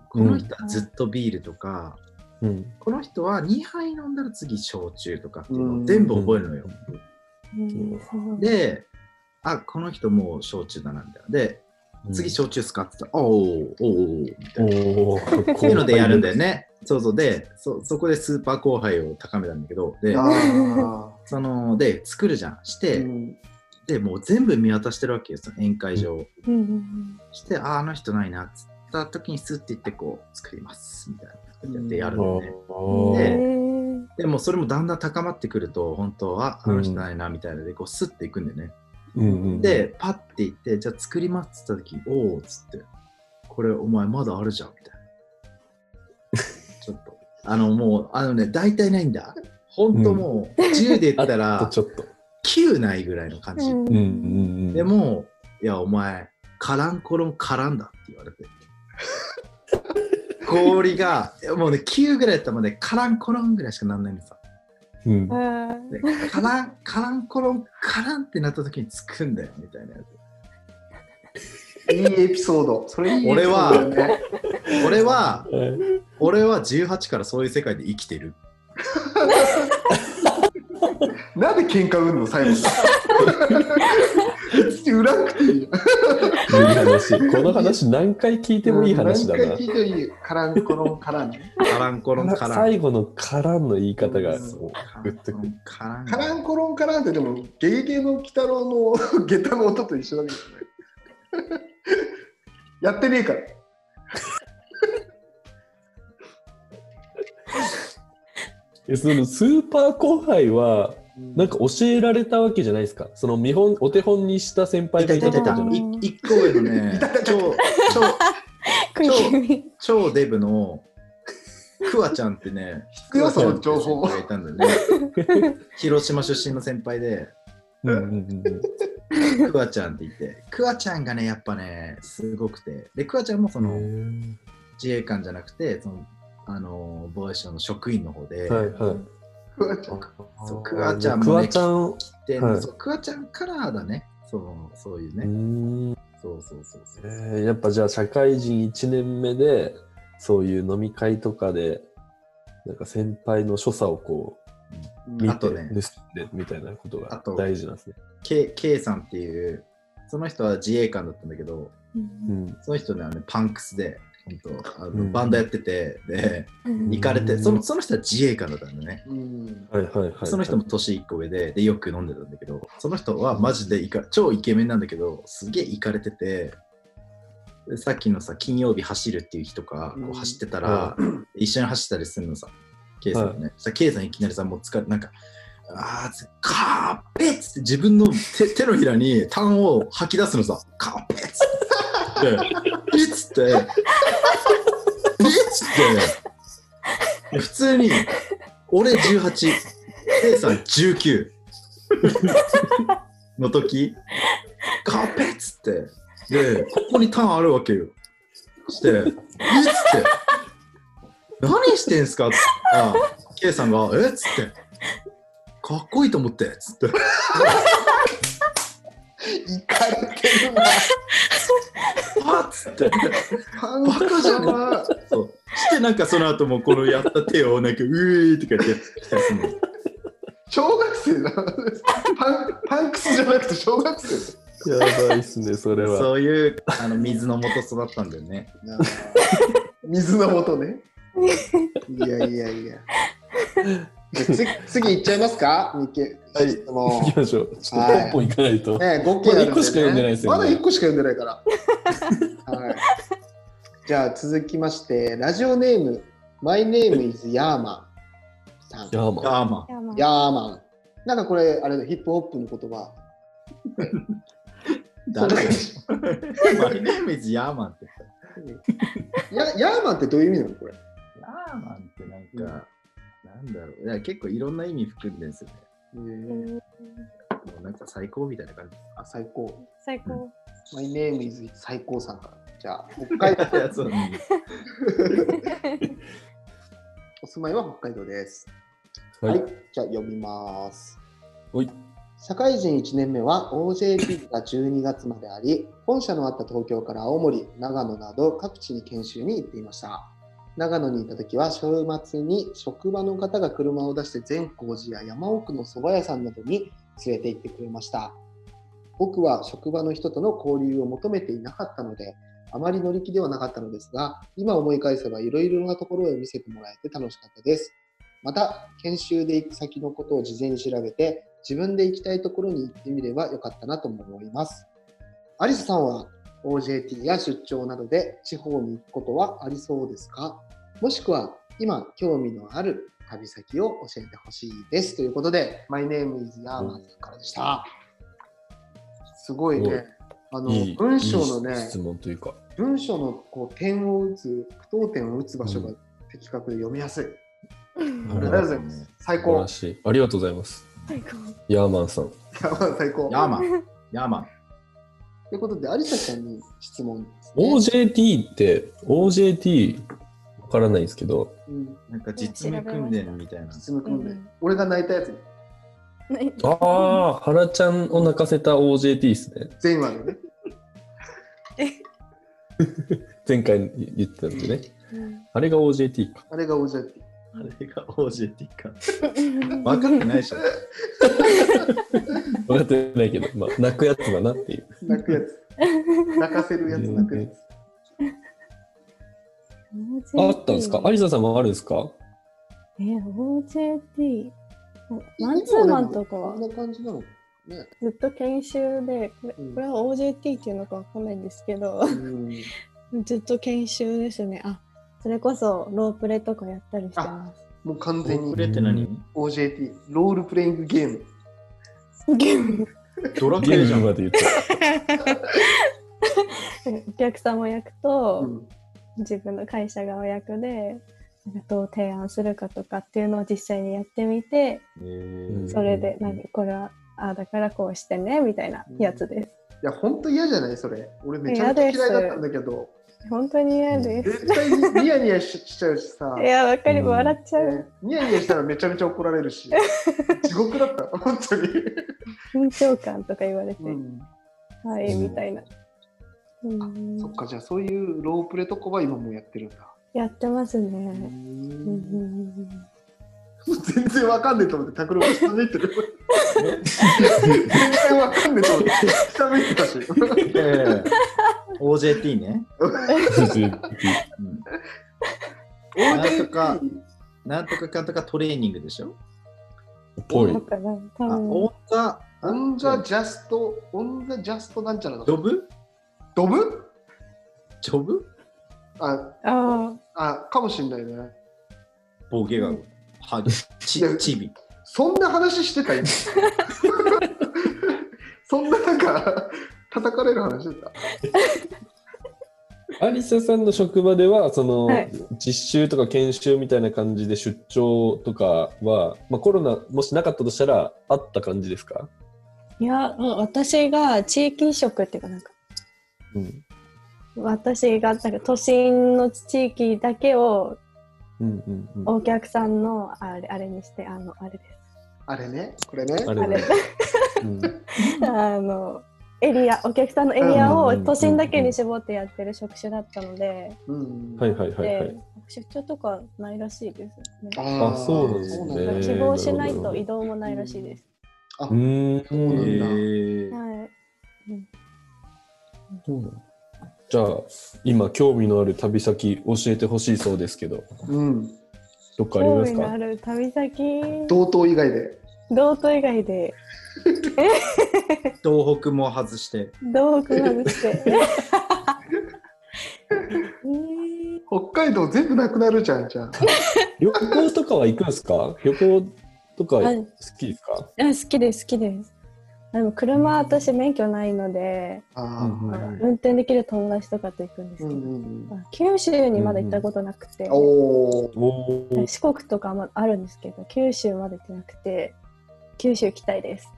[SPEAKER 2] この人はずっとビールとか、
[SPEAKER 3] うん
[SPEAKER 2] この人は2杯飲んだら次焼酎とかっていうの
[SPEAKER 4] う
[SPEAKER 2] を
[SPEAKER 4] ん
[SPEAKER 2] 全部覚えるのよ。
[SPEAKER 5] で、
[SPEAKER 2] で、あ、この人もう焼酎だな、みたいな。で、次焼酎使ってた。おーおーおーみたいな。
[SPEAKER 3] おー
[SPEAKER 2] っていうのでやるんだよね。そうそうでそ、そこでスーパー後輩を高めたんだけど、で、
[SPEAKER 4] あ
[SPEAKER 2] その、で、作るじゃん。して、
[SPEAKER 4] ーうん
[SPEAKER 2] で、もう全部見渡してるわけよ、その宴会場を。
[SPEAKER 5] うん
[SPEAKER 2] して、あー、あの人ないな、っつった時にスッて言って、こう、作ります、みたいな。こうやってやるのね。
[SPEAKER 5] うん
[SPEAKER 2] で
[SPEAKER 3] おー
[SPEAKER 2] でも、それもだんだん高まってくると、本当は、あの人ないな、みたいなので、こう、スッていくんだよね。
[SPEAKER 3] うんうん
[SPEAKER 2] で、パッて行って、じゃあ作りますっつった時、おおっつって、これお前まだあるじゃん、 みたいな。ちょっと。あの、もう、あのね、大体ないんだ。本当もう、10で言った
[SPEAKER 3] あと
[SPEAKER 2] ら
[SPEAKER 3] ち、ょっと。
[SPEAKER 2] 9ないぐらいの感じ。
[SPEAKER 3] うんうんうん
[SPEAKER 2] でも、いや、お前、カランコロンカランだって言わ れて。氷が、いやもうね、9ぐらいだったらもうね、カランコロンぐらいしかなんないのさ。
[SPEAKER 3] うん
[SPEAKER 5] う。ん
[SPEAKER 2] でカラン、カランコロン、カランってなった時につくんだよ、みたいなやつ。
[SPEAKER 4] いいエピソード。それいいエピ
[SPEAKER 2] 俺
[SPEAKER 4] ソ
[SPEAKER 2] は
[SPEAKER 4] ードだよね。
[SPEAKER 2] 俺は、
[SPEAKER 3] はい
[SPEAKER 2] 俺は18からそういう世界で生きてる。
[SPEAKER 4] なんで喧嘩売んの、最後に。別に売らなくていいよ。
[SPEAKER 3] いい話。この話何回聞いてもいい話だ
[SPEAKER 4] 何
[SPEAKER 3] な
[SPEAKER 4] 回聞。いてもいいよ。カランコロンカランね。
[SPEAKER 2] カランコロン、カラン。
[SPEAKER 3] 最後の「からん」の言い方が
[SPEAKER 2] そうカ
[SPEAKER 3] グ
[SPEAKER 2] ラ
[SPEAKER 3] ッと
[SPEAKER 2] ンコ
[SPEAKER 3] く
[SPEAKER 2] ロ
[SPEAKER 3] る。
[SPEAKER 2] ン、カラン。
[SPEAKER 4] カランコロンカランってでもゲゲゲの鬼太郎の下駄の音と一緒だけどね。やってねえから。
[SPEAKER 3] えそのスーパー後輩はなんか教えられたわけじゃないですか。その見本お手本にした先輩
[SPEAKER 2] いた
[SPEAKER 3] が
[SPEAKER 2] いた
[SPEAKER 3] いた
[SPEAKER 2] い
[SPEAKER 3] った
[SPEAKER 2] い
[SPEAKER 3] てこと
[SPEAKER 2] た
[SPEAKER 3] じゃな
[SPEAKER 2] い
[SPEAKER 3] い。
[SPEAKER 2] 一個上のね、超、超、
[SPEAKER 5] クイックに
[SPEAKER 2] 超デブ のクワちゃんってね、
[SPEAKER 4] 必要その情報
[SPEAKER 2] クワちゃんっていう先輩がいたんだよね。広島出身の先輩で、
[SPEAKER 3] うんうんうんうん
[SPEAKER 2] クワちゃんって言って、クワちゃんがね、やっぱね、すごくて、で、クワちゃんもその自衛官じゃなくて、その、あのー、防衛省の職員の方で、
[SPEAKER 3] はいはい。
[SPEAKER 4] クワちゃん
[SPEAKER 2] そうクワちゃんもね
[SPEAKER 3] クワちゃん。
[SPEAKER 2] で
[SPEAKER 3] はい
[SPEAKER 2] そうクワちゃんからだね、そうそういう
[SPEAKER 3] う
[SPEAKER 2] ね、
[SPEAKER 3] ん
[SPEAKER 2] そうそうそうそう。
[SPEAKER 3] えーやっぱじゃあ社会人1年目でそういう飲み会とかでなんか先輩の所作をこう見
[SPEAKER 2] あ
[SPEAKER 3] て
[SPEAKER 2] と
[SPEAKER 3] 盗
[SPEAKER 2] ね
[SPEAKER 3] んでみたいなこと
[SPEAKER 2] あ
[SPEAKER 3] が
[SPEAKER 2] と
[SPEAKER 3] 大事なんですね。
[SPEAKER 2] K, K さんっていう、その人は自衛官だったんだけど、
[SPEAKER 3] うん
[SPEAKER 2] その人ね、あのねパンクスで、本当あの、
[SPEAKER 3] うん
[SPEAKER 2] バンドやってて、で、
[SPEAKER 5] うん
[SPEAKER 2] 行かれて、
[SPEAKER 3] うん
[SPEAKER 2] そのその人は自衛官だったんだね。
[SPEAKER 4] うん。
[SPEAKER 3] はいはいはい。
[SPEAKER 2] その人も年1個上でで、よく飲んでたんだけど、その人はマジでイカ超イケメンなんだけど、すげえイカれてて、でさっきのさ、金曜日走るっていう日とか、こ
[SPEAKER 4] うん
[SPEAKER 2] う走ってたら、一緒に走ったりするのさ、ケイさんがね。そしたらケイさんいきなりさ、もう疲れ、なんか、あーつ、カーペッつって自分の手手のひらに単を吐き出すのさ、カーペッつって、えっつって、えっつって、普通に、俺18、ケイさん19の時、カーペッつって、で、ここに単あるわけよ。して、えっつって、何してんすかって言ったら、K さんが、えっつって、かっこいいと思って、つって。
[SPEAKER 4] いかれてるな。
[SPEAKER 2] あっつって。
[SPEAKER 4] パンクさんは
[SPEAKER 2] そうして、なんかその後もこのやった手を、なんか、うーいとか言ってきたりするの。
[SPEAKER 4] 小学生なのパンパンクスじゃなくて小学生
[SPEAKER 3] やばいっすね、それは。
[SPEAKER 2] そういうあの水の元育ったんだよね。
[SPEAKER 4] だ水の元ね。いやいやいや。じゃあ次次行っちゃいますか、ミッケ。
[SPEAKER 3] はい
[SPEAKER 4] 質問
[SPEAKER 3] 行きましょう。ちょっとポンポン行かないと。
[SPEAKER 4] ね、5件
[SPEAKER 3] まだ
[SPEAKER 4] ある
[SPEAKER 3] 一個しか読んでないですよね
[SPEAKER 4] まだ1個しか読んでないから。はい、じゃあ続きまして、ラジオネーム、マイネームイズヤーマンさん。
[SPEAKER 3] ヤーマン。
[SPEAKER 2] ガーマン。
[SPEAKER 5] やばい
[SPEAKER 4] ヤーマン。なんかこれ、あれだ、ヒップホップの言葉。
[SPEAKER 2] 誰だよ。マイネームイズヤーマンって言っ
[SPEAKER 4] やヤーマンってどういう意味なのこれ。
[SPEAKER 2] た。ヤーマンってなんか、なんだろう。いや結構いろんな意味含んでるんですよね。
[SPEAKER 5] うん
[SPEAKER 2] もうなんか最高みたいな感じ。
[SPEAKER 4] あ最高。
[SPEAKER 5] 最高
[SPEAKER 4] マイネームイズ最高さんから。じゃあ、北海道
[SPEAKER 2] いやそううん
[SPEAKER 4] お住まいは北海道です。
[SPEAKER 3] は
[SPEAKER 4] はいい。、じゃあ読みます。
[SPEAKER 3] おい。
[SPEAKER 4] 社会人1年目は OJP が12月まであり、本社のあった東京から青森、長野など各地に研修に行っていました。長野にいた時は週末に職場の方が車を出して善光寺や山奥の蕎麦屋さんなどに連れて行ってくれました。僕は職場の人との交流を求めていなかったので、あまり乗り気ではなかったのですが、今思い返せばいろいろなところへ見せてもらえて楽しかったです。また、研修で行く先のことを事前に調べて、自分で行きたいところに行ってみればよかったなとも思います。アリスさんは OJT や出張などで地方に行くことはありそうですかもしくは今興味のある旅先を教えてほしいですということで、My name is ヤーマンさんからでした。すごいね。あの
[SPEAKER 3] いい
[SPEAKER 4] 文章の
[SPEAKER 3] いい
[SPEAKER 4] ね
[SPEAKER 3] 質、問というか。
[SPEAKER 4] 文章のこう点を打つ、句読点を打つ場所が的確で読みやすい。ありがとうございます。最
[SPEAKER 3] 素晴
[SPEAKER 4] 高
[SPEAKER 3] ら。しい。ありがとうございます。
[SPEAKER 5] 最高
[SPEAKER 3] ヤーマンさん。
[SPEAKER 4] ヤーマン最高。
[SPEAKER 2] ヤーマン。ヤーマン。
[SPEAKER 4] ということで、有沙ちゃんに質問です、ね。
[SPEAKER 3] OJT って、OJT わからないんですけど、
[SPEAKER 4] うん
[SPEAKER 2] なんか実務訓練みたいな。
[SPEAKER 4] 実務訓練、
[SPEAKER 5] うん
[SPEAKER 4] 俺が泣いたやつね
[SPEAKER 5] ない
[SPEAKER 3] ああ、原ちゃんを泣かせた OJT ですね。
[SPEAKER 4] 全話でね
[SPEAKER 3] 前回言ってたんでね。
[SPEAKER 5] うん
[SPEAKER 3] あれが OJT か。
[SPEAKER 4] あれが OJT
[SPEAKER 2] あれが OJT か。分かってないでしょ。
[SPEAKER 3] 分かってないけど、まあ、泣くやつだなっていう。
[SPEAKER 4] 泣くやつ 泣かせるやつ泣くやつ
[SPEAKER 3] あったんですか
[SPEAKER 5] OJT
[SPEAKER 3] 有リさんもあるんですか
[SPEAKER 5] え、OJT。マンツーマンとかは
[SPEAKER 4] こんな感じなのね
[SPEAKER 5] ずっと研修で、これ
[SPEAKER 4] うん
[SPEAKER 5] これは OJT っていうのかわかんないんですけど、
[SPEAKER 4] うん
[SPEAKER 5] ずっと研修ですね。あ、それこそロープレとかやったりしてます。
[SPEAKER 4] もう完全に
[SPEAKER 2] これって何
[SPEAKER 4] OJT ロールプレイングゲーム
[SPEAKER 5] ゲーム
[SPEAKER 2] ドラク
[SPEAKER 3] ゲ
[SPEAKER 2] エ
[SPEAKER 3] ー
[SPEAKER 2] じゃ
[SPEAKER 3] ム
[SPEAKER 2] ん。
[SPEAKER 3] まで言って。
[SPEAKER 5] お客様役と、
[SPEAKER 4] うん
[SPEAKER 5] 自分の会社側役でなんかどう提案するかとかっていうのを実際にやってみて
[SPEAKER 3] うん
[SPEAKER 5] それでなんかこれはああだからこうしてねみたいなやつです。
[SPEAKER 4] いや本当嫌じゃないそれ俺めちゃめちゃ嫌いだったんだけど
[SPEAKER 5] 本当に嫌です。
[SPEAKER 4] 絶対にニヤニヤししちゃうし さ
[SPEAKER 5] いやわか
[SPEAKER 3] う
[SPEAKER 5] る
[SPEAKER 3] ん
[SPEAKER 5] 笑っちゃう、
[SPEAKER 4] ねニヤニヤしたらめちゃめちゃ怒られる し地獄だった本当に、
[SPEAKER 5] 緊張感とか言われて、
[SPEAKER 4] うん、
[SPEAKER 5] はい
[SPEAKER 3] うん
[SPEAKER 5] みたいな、うん
[SPEAKER 4] そっかじゃあそういうロープレとかは今もうやってるんだ、
[SPEAKER 5] やってますね。
[SPEAKER 4] う
[SPEAKER 5] うんうん
[SPEAKER 4] ん
[SPEAKER 5] うん
[SPEAKER 4] 全然わかんねえと思って拓郎が下向いてる全然わかんねえと思って下向いてたし
[SPEAKER 2] いやいやいや OJT ね。 うんなんとか
[SPEAKER 4] OJT
[SPEAKER 2] なんとかかんとかトレーニングでしょ。
[SPEAKER 3] ぽ
[SPEAKER 5] うん。だ
[SPEAKER 3] い。
[SPEAKER 5] から多
[SPEAKER 2] あ、
[SPEAKER 5] 分
[SPEAKER 2] オンザ、
[SPEAKER 4] オンザジャスト、オンザジャストなんちゃらの
[SPEAKER 2] ジョブ
[SPEAKER 4] ドブ
[SPEAKER 2] ジョブ
[SPEAKER 4] あ、
[SPEAKER 5] あ
[SPEAKER 4] あ、かもしんないね。
[SPEAKER 2] ボゲが、ハゲ、チ
[SPEAKER 4] いや
[SPEAKER 2] チビ。
[SPEAKER 4] そんな話してた 今そんななんか、叩かれる話してた。
[SPEAKER 3] 有リさんの職場では、その、
[SPEAKER 5] はい
[SPEAKER 3] 実習とか研修みたいな感じで出張とかは、まあ、コロナもしなかったとしたら、あった感じですか
[SPEAKER 5] いやうん私が地域移植っていうかなんか
[SPEAKER 3] うん。
[SPEAKER 5] 私がなんか都心の地域だけを
[SPEAKER 3] うんうんうん。
[SPEAKER 5] お客さんのあれあれにしてあのあれで
[SPEAKER 4] あれね、これね。
[SPEAKER 3] あ
[SPEAKER 5] れ
[SPEAKER 3] れね。うん
[SPEAKER 5] すあのエリアお客さんのエリ
[SPEAKER 3] うん
[SPEAKER 5] ア
[SPEAKER 3] うん
[SPEAKER 5] を
[SPEAKER 3] うんうん
[SPEAKER 5] 都心だけに絞ってやってる職種だったので、
[SPEAKER 4] うん。
[SPEAKER 3] はいはいはいはい
[SPEAKER 5] で。出張とかないらしいです、ね
[SPEAKER 4] あ
[SPEAKER 3] あそうなんですね
[SPEAKER 4] そうなんだ
[SPEAKER 5] 希望しないと移動もな
[SPEAKER 4] ないるほど
[SPEAKER 5] らしいです、
[SPEAKER 3] うー。
[SPEAKER 4] うんん
[SPEAKER 2] えー
[SPEAKER 5] はい
[SPEAKER 3] そうなのじゃあ今興味のある旅先教えてほしいそうですけど
[SPEAKER 4] うん。
[SPEAKER 3] どっかあり
[SPEAKER 5] 興
[SPEAKER 3] ます
[SPEAKER 5] 味のあ
[SPEAKER 3] か
[SPEAKER 5] る旅先
[SPEAKER 4] 同等以外で。
[SPEAKER 5] 道東以外で
[SPEAKER 2] 東北も外して。
[SPEAKER 5] 道北外してえ ー
[SPEAKER 4] 北海道全部なくなるじゃん、じゃあ。
[SPEAKER 3] 旅行とかは行くんですか旅行とか
[SPEAKER 5] は
[SPEAKER 3] 好
[SPEAKER 5] い
[SPEAKER 3] きですか
[SPEAKER 5] あ好きです好きですでも車私免許ないので
[SPEAKER 4] ああ。
[SPEAKER 3] うんうん
[SPEAKER 4] はいはい
[SPEAKER 5] 運転できる友達とかと行くんです
[SPEAKER 4] う
[SPEAKER 5] け
[SPEAKER 4] ん
[SPEAKER 5] ど、
[SPEAKER 4] うんうん。
[SPEAKER 5] あ九州にまだ行ったことなくて、
[SPEAKER 4] おお。
[SPEAKER 3] おー
[SPEAKER 5] 四国とかもあるんですけど九州まで行ってなくて九州行きたいです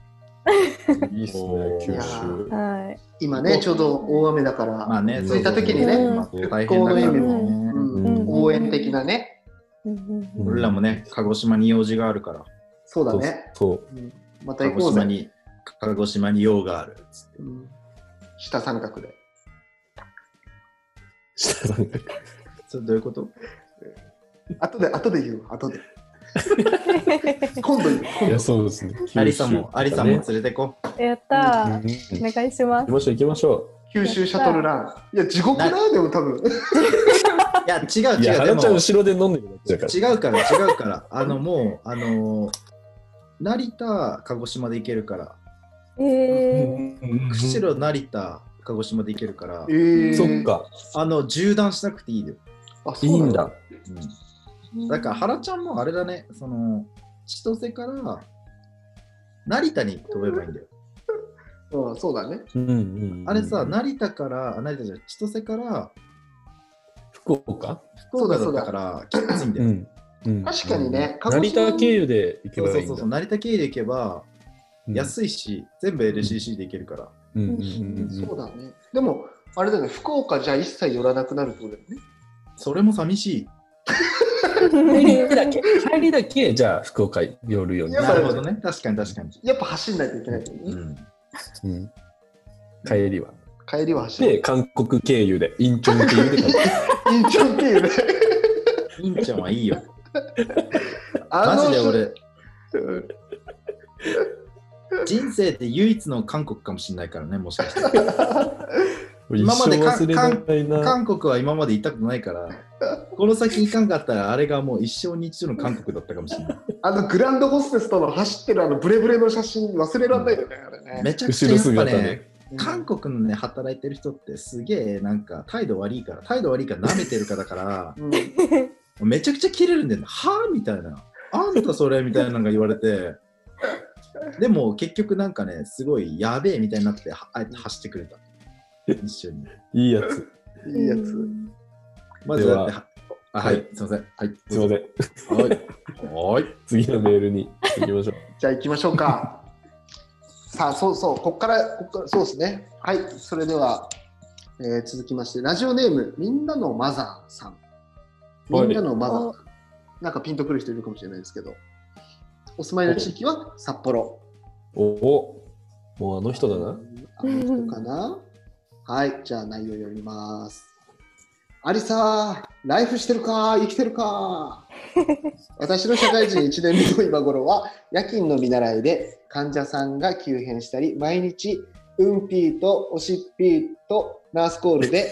[SPEAKER 3] いいっすね
[SPEAKER 2] おー
[SPEAKER 3] 九
[SPEAKER 4] いや
[SPEAKER 3] 州
[SPEAKER 5] は
[SPEAKER 4] 今ね、ちょうど大雨だから、
[SPEAKER 2] まあね、
[SPEAKER 4] 着いた時にね
[SPEAKER 2] うん大変だからね。
[SPEAKER 4] うん
[SPEAKER 3] うん
[SPEAKER 4] 応援的なね。
[SPEAKER 5] い、うん うん
[SPEAKER 2] 俺らもね、鹿児島に用事があるから、
[SPEAKER 4] そうだね。
[SPEAKER 3] そう
[SPEAKER 4] うんまた
[SPEAKER 2] 鹿
[SPEAKER 4] 行
[SPEAKER 2] 児
[SPEAKER 4] こうぜ
[SPEAKER 2] 島。に、鹿児島に用があるっつって。
[SPEAKER 4] うん下三角で。
[SPEAKER 3] 下なんか
[SPEAKER 2] それどういうこと
[SPEAKER 4] 後で、後で言うわ、後で。今度言う。
[SPEAKER 3] いやそうですね
[SPEAKER 2] アリさんも、アリさんも連
[SPEAKER 3] 行
[SPEAKER 2] れてこ。
[SPEAKER 5] やったー、お願いしま
[SPEAKER 3] き
[SPEAKER 5] す
[SPEAKER 3] ましょう行きましょ
[SPEAKER 4] 九州シャトルラン。いや、地獄だよ、でも多分。
[SPEAKER 2] いや、違う
[SPEAKER 3] ういや
[SPEAKER 2] 違う。で
[SPEAKER 3] 原
[SPEAKER 2] も
[SPEAKER 3] ちゃん後ろで飲んでるだけだから
[SPEAKER 2] 違うから、違うから。 あの、もう、あの、成田、鹿児島で行けるから、
[SPEAKER 5] えー、
[SPEAKER 2] 釧路、成田、鹿児島で行けるから
[SPEAKER 4] え、ー
[SPEAKER 3] そっ。か
[SPEAKER 2] あの、縦断しなくていいよ。
[SPEAKER 4] あ、
[SPEAKER 3] い
[SPEAKER 4] そう
[SPEAKER 3] い
[SPEAKER 4] なん
[SPEAKER 3] ん
[SPEAKER 4] だ。
[SPEAKER 3] だ
[SPEAKER 2] うん、だから、原ちゃんもあれだね、その、千歳から成田に飛べばいいんだよ。
[SPEAKER 4] うん、そうだね。
[SPEAKER 3] うんうん
[SPEAKER 2] あれさ、成田から、あ成田じゃない千歳から
[SPEAKER 3] 福岡
[SPEAKER 2] 福岡だったから、きついんだ
[SPEAKER 3] う
[SPEAKER 2] よ。
[SPEAKER 3] んうん
[SPEAKER 4] 確かにね、鹿児
[SPEAKER 3] 成
[SPEAKER 4] 島
[SPEAKER 3] 田経由で行け
[SPEAKER 2] そう
[SPEAKER 3] ば
[SPEAKER 2] そ
[SPEAKER 3] いういん
[SPEAKER 2] そ
[SPEAKER 3] だ
[SPEAKER 2] うそう、成田経由で行けば、安いし、全部 LCC で行けるから。
[SPEAKER 3] うんうんうんうん
[SPEAKER 4] そうだね。でも、あれだよね、福岡じゃ一切寄らなくなるってことだよね。
[SPEAKER 2] それも寂しい。
[SPEAKER 3] 帰りだけ、帰りだけ、じゃあ福岡寄るように
[SPEAKER 4] いや
[SPEAKER 2] なるほどね。確かに確かに。
[SPEAKER 4] やっぱ走んないといけない。
[SPEAKER 2] うん。
[SPEAKER 3] うん帰りは。
[SPEAKER 4] 帰りは走る。
[SPEAKER 3] で、韓国経由で、インチョン経由で帰ってくる。
[SPEAKER 4] インチョン経由で。
[SPEAKER 2] インちゃんはいいよ。マ
[SPEAKER 4] あの
[SPEAKER 2] ジで俺、人生で唯一の韓国かもしれないからね、もしかして。 今まで
[SPEAKER 3] 一生忘れられないな。
[SPEAKER 2] 韓国は今まで行ったことないから、この先行かんかったら、あれがもう一生に一度の韓国だったかもしれ ない。
[SPEAKER 4] あのグランドホステスとの走ってるあのブレブレの写真忘れられないよね、あれね。
[SPEAKER 2] めちゃくちゃやっぱ
[SPEAKER 3] 後ろ姿
[SPEAKER 2] ね
[SPEAKER 3] で、
[SPEAKER 2] 韓国のね、働いてる人ってすげえなんか態度悪いから、態度悪いから舐めてるかだから、
[SPEAKER 4] うんうん
[SPEAKER 2] めちゃくちゃ切れるんだよね。はぁみたいな。あんたそれみたいなのが言われて。でも結局なんかね、すごいやべえみたいになって、はあえて走ってくれた。一緒に。
[SPEAKER 3] いいやつ。
[SPEAKER 4] いいやつ。
[SPEAKER 2] まずだって
[SPEAKER 3] で
[SPEAKER 2] は、あはい、すいません。はい、
[SPEAKER 3] すいません。
[SPEAKER 2] せん。はい。はい。
[SPEAKER 3] 次のメールに行きましょう。
[SPEAKER 4] じゃあ行きましょうか。 さあ、そうそう、こっから、こっからそうですね。はい、それでは、えー続きまして、ラジオネーム、みんなのマザーさん。み
[SPEAKER 3] はい
[SPEAKER 4] んなのマザーさん。なんかピンとくる人いるかもしれないですけど、お住まいの地域は札幌。
[SPEAKER 3] おお、もうあの人だな。
[SPEAKER 4] あの人かなはい、じゃあ内容読みます。アリサー、ライフしてるか生きて るか私の社会人1年目の今頃は夜勤の見習いで患者さんが急変したり毎日うんぴーとおしっぴーとナースコールで、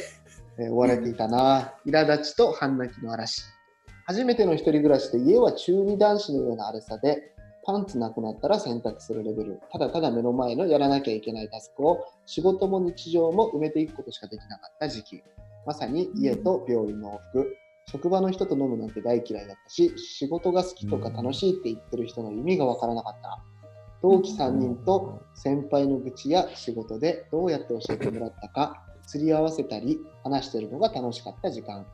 [SPEAKER 4] えー追われていたな苛立ちと半泣きの嵐初めての一人暮らしで家は中二男子のような荒れさでパンツなくなったら洗濯するレベル。ただただ目の前のやらなきゃいけないタスクを仕事も日常も埋めていくことしかできなかった時期。まさに家と病院の往復。職場の人と飲むなんて大嫌いだったし、仕事が好きとか楽しいって言ってる人の意味がわからなかった。同期3人と先輩の愚痴や仕事でどうやって教えてもらったか、釣り合わせたり話してるのが楽しかった時間。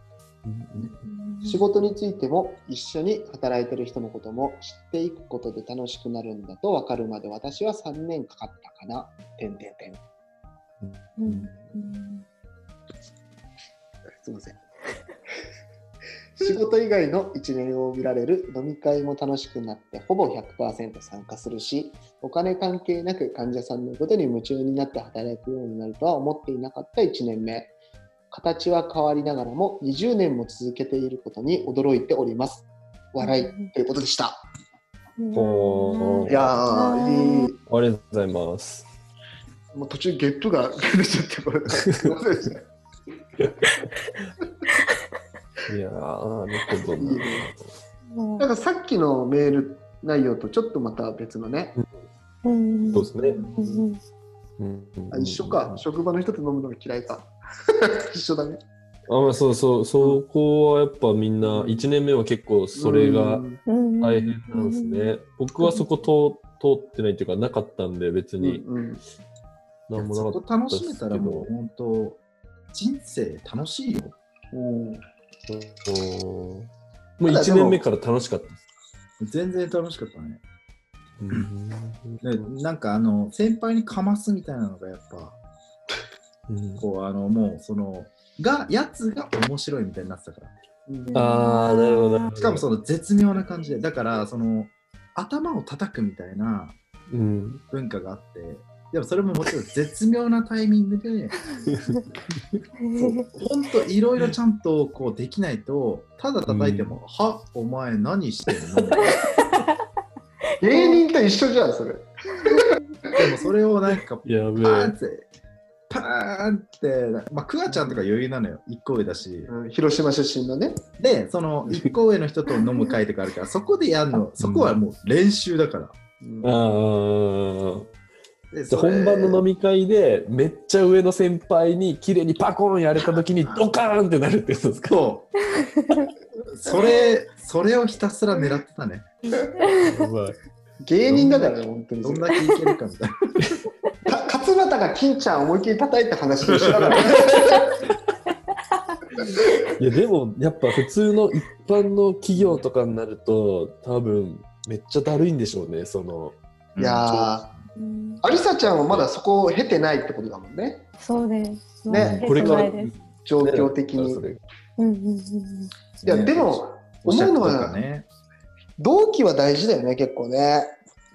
[SPEAKER 4] 仕事についても一緒に働いてる人のことも知っていくことで楽しくなるんだと分かるまで私は3年かかったかな。てんてんてん。すいません。仕事以外の一年を見られる飲み会も楽しくなってほぼ100%参加するしお金関係なく患者さんのことに夢中になって働くようになるとは思っていなかった1年目形は変わりながらも20年も続けていることに驚いております笑いということでした
[SPEAKER 3] ほー
[SPEAKER 4] いやーいい
[SPEAKER 3] ありがとうございます。
[SPEAKER 4] もう途中ゲップが出ちゃってこ れすいませんでした
[SPEAKER 3] いやー、なるほど
[SPEAKER 4] いい
[SPEAKER 3] な
[SPEAKER 4] ね。なんかさっきのメール内容とちょっとまた別のね、
[SPEAKER 5] うん
[SPEAKER 3] そうですね。
[SPEAKER 5] うん
[SPEAKER 3] うんうん
[SPEAKER 4] あ一緒か、職場の人と飲むのが嫌いか。 一緒だね。
[SPEAKER 3] あまあそうそう、そこはやっぱみんな、1年目は結構それ
[SPEAKER 4] う
[SPEAKER 3] が
[SPEAKER 4] ん
[SPEAKER 5] うん
[SPEAKER 3] 大変なんですね。僕はそこ通通ってないっていうか、なかったんで、別に
[SPEAKER 4] うんうん
[SPEAKER 3] 何も
[SPEAKER 2] そ
[SPEAKER 3] なか
[SPEAKER 2] こ
[SPEAKER 3] っ
[SPEAKER 2] 楽しめたらもう本当、人生楽しいよ。
[SPEAKER 4] うん
[SPEAKER 3] た。うんもう1年目から楽しかったです。
[SPEAKER 2] 全然楽しかったね。
[SPEAKER 3] うん
[SPEAKER 2] でなんかあの、先輩にかますみたいなのがやっぱ、
[SPEAKER 3] うん
[SPEAKER 2] こう、あの、もうその、が、やつが面白いみたいになってたから。
[SPEAKER 4] うん
[SPEAKER 3] あー、なるほどなるほど。
[SPEAKER 2] しかもその絶妙な感じで、だから、その、頭を叩くみたいな
[SPEAKER 3] うん。
[SPEAKER 2] 文化があって、でもそれももちろん絶妙なタイミングで、本当いろいろちゃんとこうできないと、ただ叩いても、はお前何してるので
[SPEAKER 4] 芸人と一緒じゃん、それ。
[SPEAKER 2] もそれをなんか
[SPEAKER 3] や べ
[SPEAKER 2] パーン
[SPEAKER 3] え。
[SPEAKER 2] って、パーンって、まあ、クワちゃんとか余裕なのよ、一個上だし。
[SPEAKER 4] うん広島出身のね。
[SPEAKER 2] で、その一個上の人と飲む会とかあるから、そこでやるの、そこはもう練習だから。
[SPEAKER 4] うん
[SPEAKER 3] あー。
[SPEAKER 2] で
[SPEAKER 3] で
[SPEAKER 2] それ
[SPEAKER 3] 本番の飲み会でめっちゃ上の先輩に綺麗にパコーンやれた時にドカーンってなるってやつで すか
[SPEAKER 2] そう。それ、それをひたすら狙ってたね。
[SPEAKER 4] 芸人だからね、本当に
[SPEAKER 2] ど
[SPEAKER 4] そ
[SPEAKER 2] ん
[SPEAKER 4] れ。
[SPEAKER 2] だけいけるかみたいな。
[SPEAKER 4] か勝俣が金ちゃん思いっきり叩いて話と一緒だから。
[SPEAKER 3] いやでもやっぱ普通の一般の企業とかになると多分めっちゃだるいんでしょうねその
[SPEAKER 4] いや
[SPEAKER 5] う
[SPEAKER 4] ー、
[SPEAKER 5] ん
[SPEAKER 4] ありさちゃんはまだそこを経てないってことだもんね、
[SPEAKER 5] そうです。
[SPEAKER 4] ね
[SPEAKER 5] まだ
[SPEAKER 3] これから
[SPEAKER 5] 手伝いです
[SPEAKER 4] 状況的に。
[SPEAKER 3] それ
[SPEAKER 5] うんうんうんうん
[SPEAKER 4] いや、
[SPEAKER 2] ね
[SPEAKER 4] でも、
[SPEAKER 2] お釈
[SPEAKER 4] 思う
[SPEAKER 2] と
[SPEAKER 4] のは
[SPEAKER 2] かね。
[SPEAKER 4] 同期は大事だよね、結構ね。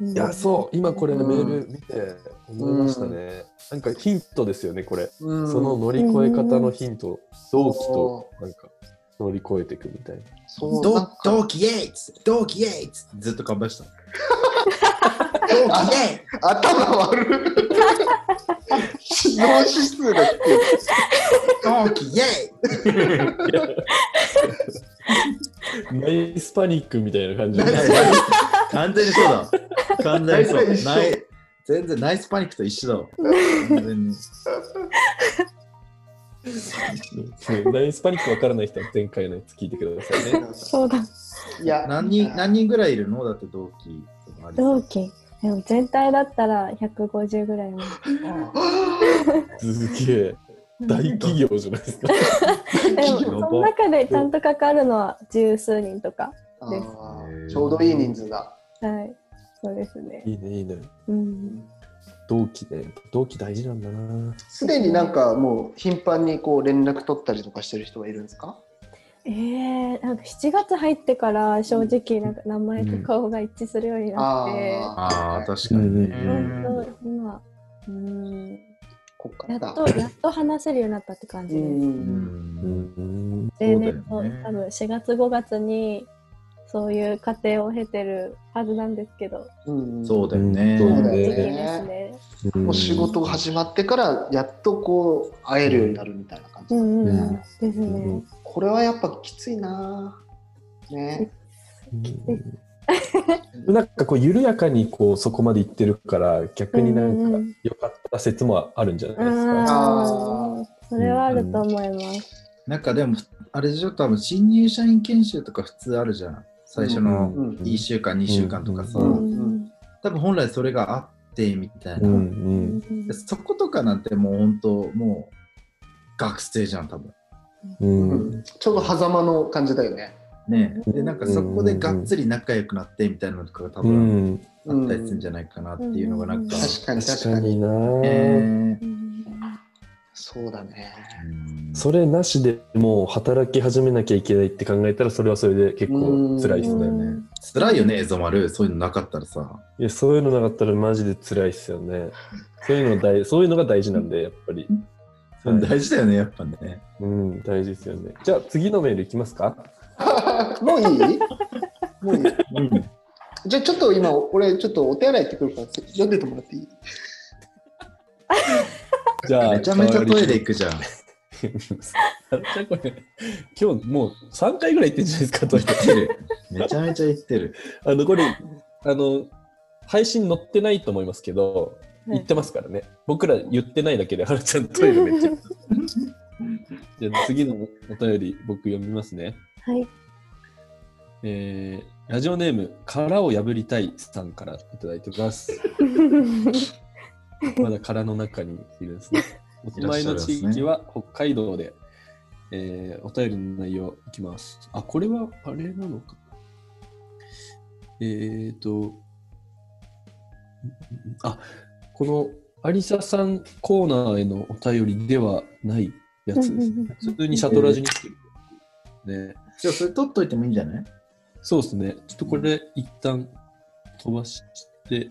[SPEAKER 5] い
[SPEAKER 3] いや、そう、今これね、
[SPEAKER 4] うん
[SPEAKER 3] メール見て思いましたね。なんかヒントですよね、これ。
[SPEAKER 4] うん
[SPEAKER 3] その乗り越え方のヒント、同期となんか乗り越えていくみたいな。
[SPEAKER 4] そうなん
[SPEAKER 2] ど
[SPEAKER 4] か
[SPEAKER 2] 同期イエイっつって同期イエイっつってずっと頑張ってたの。同期イエイ
[SPEAKER 4] 頭悪 い。脳指数が低い。
[SPEAKER 2] 同期イエイ
[SPEAKER 3] ナイスパニックみたいな感じ
[SPEAKER 2] ナイス
[SPEAKER 3] で。
[SPEAKER 2] パニック 完全にそうだ。完全にそ
[SPEAKER 4] 大体
[SPEAKER 2] う。
[SPEAKER 4] 一緒
[SPEAKER 2] ナイ全然ナイスパニックと一緒だわ。完全 に。
[SPEAKER 3] ナイスパニックわからない人は前回のやつ聞いてくださいね。
[SPEAKER 5] そうだ。
[SPEAKER 4] いや、
[SPEAKER 2] 何人何人ぐらいいるのだって同期とかあり
[SPEAKER 5] 同期。でも全体だったら150ぐらいは。
[SPEAKER 3] すげえ。大企業じゃないですか。
[SPEAKER 5] でも、そ
[SPEAKER 2] やば
[SPEAKER 5] の中でちゃんとかかるのは十数人とか。
[SPEAKER 4] あ
[SPEAKER 5] です
[SPEAKER 4] ーちょうどいい人数だ。
[SPEAKER 5] はい。そうですね。
[SPEAKER 3] いいね、いいね。
[SPEAKER 5] うん。
[SPEAKER 3] 同期ね。同期大事なんだな。
[SPEAKER 4] すでになんかもう頻繁にこう連絡取ったりとかしてる人はいるんですか
[SPEAKER 5] えー、なんか7月入ってから正直なんか名前と顔が一致するようになって、
[SPEAKER 2] ああ、
[SPEAKER 4] ー
[SPEAKER 2] 確かにね。
[SPEAKER 3] う
[SPEAKER 5] 本当今、うん、
[SPEAKER 4] こっか
[SPEAKER 5] や
[SPEAKER 4] ら
[SPEAKER 5] っ
[SPEAKER 4] だ。
[SPEAKER 5] とやっと話せるようになったって感じ
[SPEAKER 4] う
[SPEAKER 5] です。
[SPEAKER 4] ん
[SPEAKER 3] うん。
[SPEAKER 5] 例
[SPEAKER 2] そうだよね
[SPEAKER 5] 年の、多分4月5月にそういう過程を経てるはずなんですけど、
[SPEAKER 4] うん
[SPEAKER 2] そうだよね。
[SPEAKER 3] そう
[SPEAKER 5] この
[SPEAKER 3] だよね
[SPEAKER 5] 時期ですね。
[SPEAKER 4] もう仕事が始まってからやっとこう会えるようになるみたいな感じ。
[SPEAKER 5] うんうん、
[SPEAKER 3] うん
[SPEAKER 5] です
[SPEAKER 3] うん
[SPEAKER 5] ね。
[SPEAKER 4] これはやっぱきついなぁ。ね。
[SPEAKER 3] うんなんかこう緩やかにこうそこまで行ってるから逆になん
[SPEAKER 5] うんう
[SPEAKER 3] か
[SPEAKER 5] ん
[SPEAKER 3] 良かった説もあるんじゃないですか。
[SPEAKER 5] あ
[SPEAKER 4] あ
[SPEAKER 5] あ、それはあると思います。
[SPEAKER 2] なんかでも、あれでしょ、多分新入社員研修とか普通あるじゃん。最初の
[SPEAKER 4] うん
[SPEAKER 2] 1週間、2週間とかさ。
[SPEAKER 3] う
[SPEAKER 5] うんん
[SPEAKER 2] 多分本来それがあってみたいな。
[SPEAKER 3] うん
[SPEAKER 2] でそことかなんてもう本当、もう学生じゃん、多分。
[SPEAKER 3] うん
[SPEAKER 4] う
[SPEAKER 3] うん
[SPEAKER 4] んちょうど狭間の感じだよね。
[SPEAKER 2] ね
[SPEAKER 5] うん
[SPEAKER 2] で、なんかそこでがっつり仲良くなってみたいなのとかが多
[SPEAKER 3] う
[SPEAKER 2] 分
[SPEAKER 3] ん
[SPEAKER 2] あったりするんじゃないかなっていうのがなんか。
[SPEAKER 5] うん
[SPEAKER 4] 確かに
[SPEAKER 3] 確
[SPEAKER 4] 確
[SPEAKER 3] か
[SPEAKER 4] かに。
[SPEAKER 3] にな、
[SPEAKER 2] ね
[SPEAKER 4] そうだね。
[SPEAKER 2] うん
[SPEAKER 3] それなしでもう働き始めなきゃいけないって考えたらそれはそれで結構辛いですね、
[SPEAKER 5] うん
[SPEAKER 3] い
[SPEAKER 2] 辛いよね、エゾマル。そういうのなかったらさ。
[SPEAKER 3] やそういうのなかったらマジで辛いっすよねそういうの 大そういうのが大事なんでやっぱり、はい
[SPEAKER 2] 大事だよね、やっぱね。
[SPEAKER 3] うん、大事ですよねじゃあ次のメールいきますか
[SPEAKER 4] もういいもういい
[SPEAKER 2] うん
[SPEAKER 4] じゃあちょっと今、俺ちょっとお手洗い行ってくるから、読んでてもらっていい
[SPEAKER 3] じゃあ
[SPEAKER 2] めちゃめちゃトイレ行くじゃん。
[SPEAKER 3] これ今日もう3回ぐらい行ってんじゃないですかトイレ
[SPEAKER 2] 行ってる。めちゃめちゃ行ってる。
[SPEAKER 3] あのこれあの配信載ってないと思いますけど言ってますからね。僕ら言ってないだけで、はるちゃんトイレめっちゃ。じゃあ次のお便り、僕読みますね。
[SPEAKER 5] はい。
[SPEAKER 3] えーラジオネーム、殻を破りたいさんからいただいてます。まだ殻の中にいるんですね。お住まいの地域は北海道で、えーお便りの内容いきます。あ、これはあれなのか。えっ、ー、と、あ、このアリサさんコーナーへのお便りではないやつですね。普通にシャトラジに来てる。ね。
[SPEAKER 2] じゃあ それ取っといてもいいんじゃない
[SPEAKER 3] そうですね。ちょっとこれ、一旦飛ばして、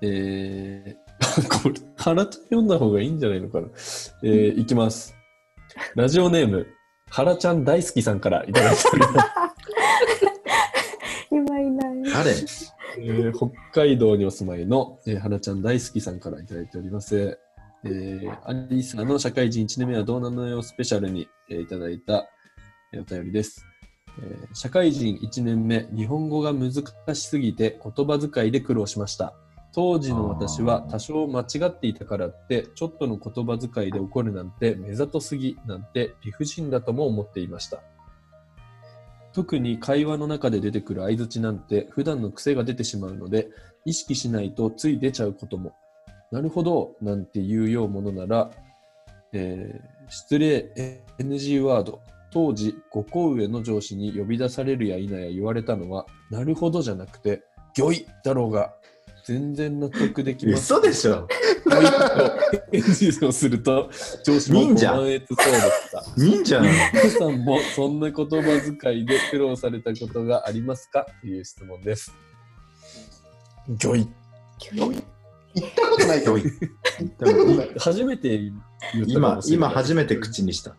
[SPEAKER 3] えー、こ れ、原ちゃん読んだ方がいいんじゃないのかな。えー、いきます。ラジオネーム、原ちゃん大好きさんからいただいております。
[SPEAKER 5] 今いない。
[SPEAKER 2] 誰
[SPEAKER 3] えー北海道にお住まいの、えー、花ちゃん大好きさんからいただいております。えー、アリサの社会人1年目はどうなのよスペシャルに、えーいただいた、えーお便りです、えー社会人1年目、日本語が難しすぎて言葉遣いで苦労しました。当時の私は
[SPEAKER 2] あー
[SPEAKER 3] 多少間違っていたからって、ちょっとの言葉遣いで怒るなんて目ざとすぎなんて理不尽だとも思っていました。特に会話の中で出てくる相槌なんて普段の癖が出てしまうので意識しないとつい出ちゃうこともなるほどなんて言うようものなら、えー失礼えー NG ワード当時5個上の上司に呼び出されるや否や言われたのはなるほどじゃなくてギョイだろうが全然納得できません
[SPEAKER 2] 嘘でしょ
[SPEAKER 3] 返事をすると、上司も
[SPEAKER 2] 忍者
[SPEAKER 3] 越そうでした。
[SPEAKER 2] 忍者なの
[SPEAKER 3] 皆さんもそんな言葉遣いで苦労されたことがありますかという質問です。ギョイ
[SPEAKER 4] 行ったことないから
[SPEAKER 2] ど
[SPEAKER 4] 行
[SPEAKER 2] う
[SPEAKER 4] っ
[SPEAKER 2] い
[SPEAKER 4] たことない。
[SPEAKER 3] 初めて言ったか
[SPEAKER 2] 今
[SPEAKER 3] も、しれな
[SPEAKER 2] 今
[SPEAKER 3] い
[SPEAKER 2] 初めて口にした。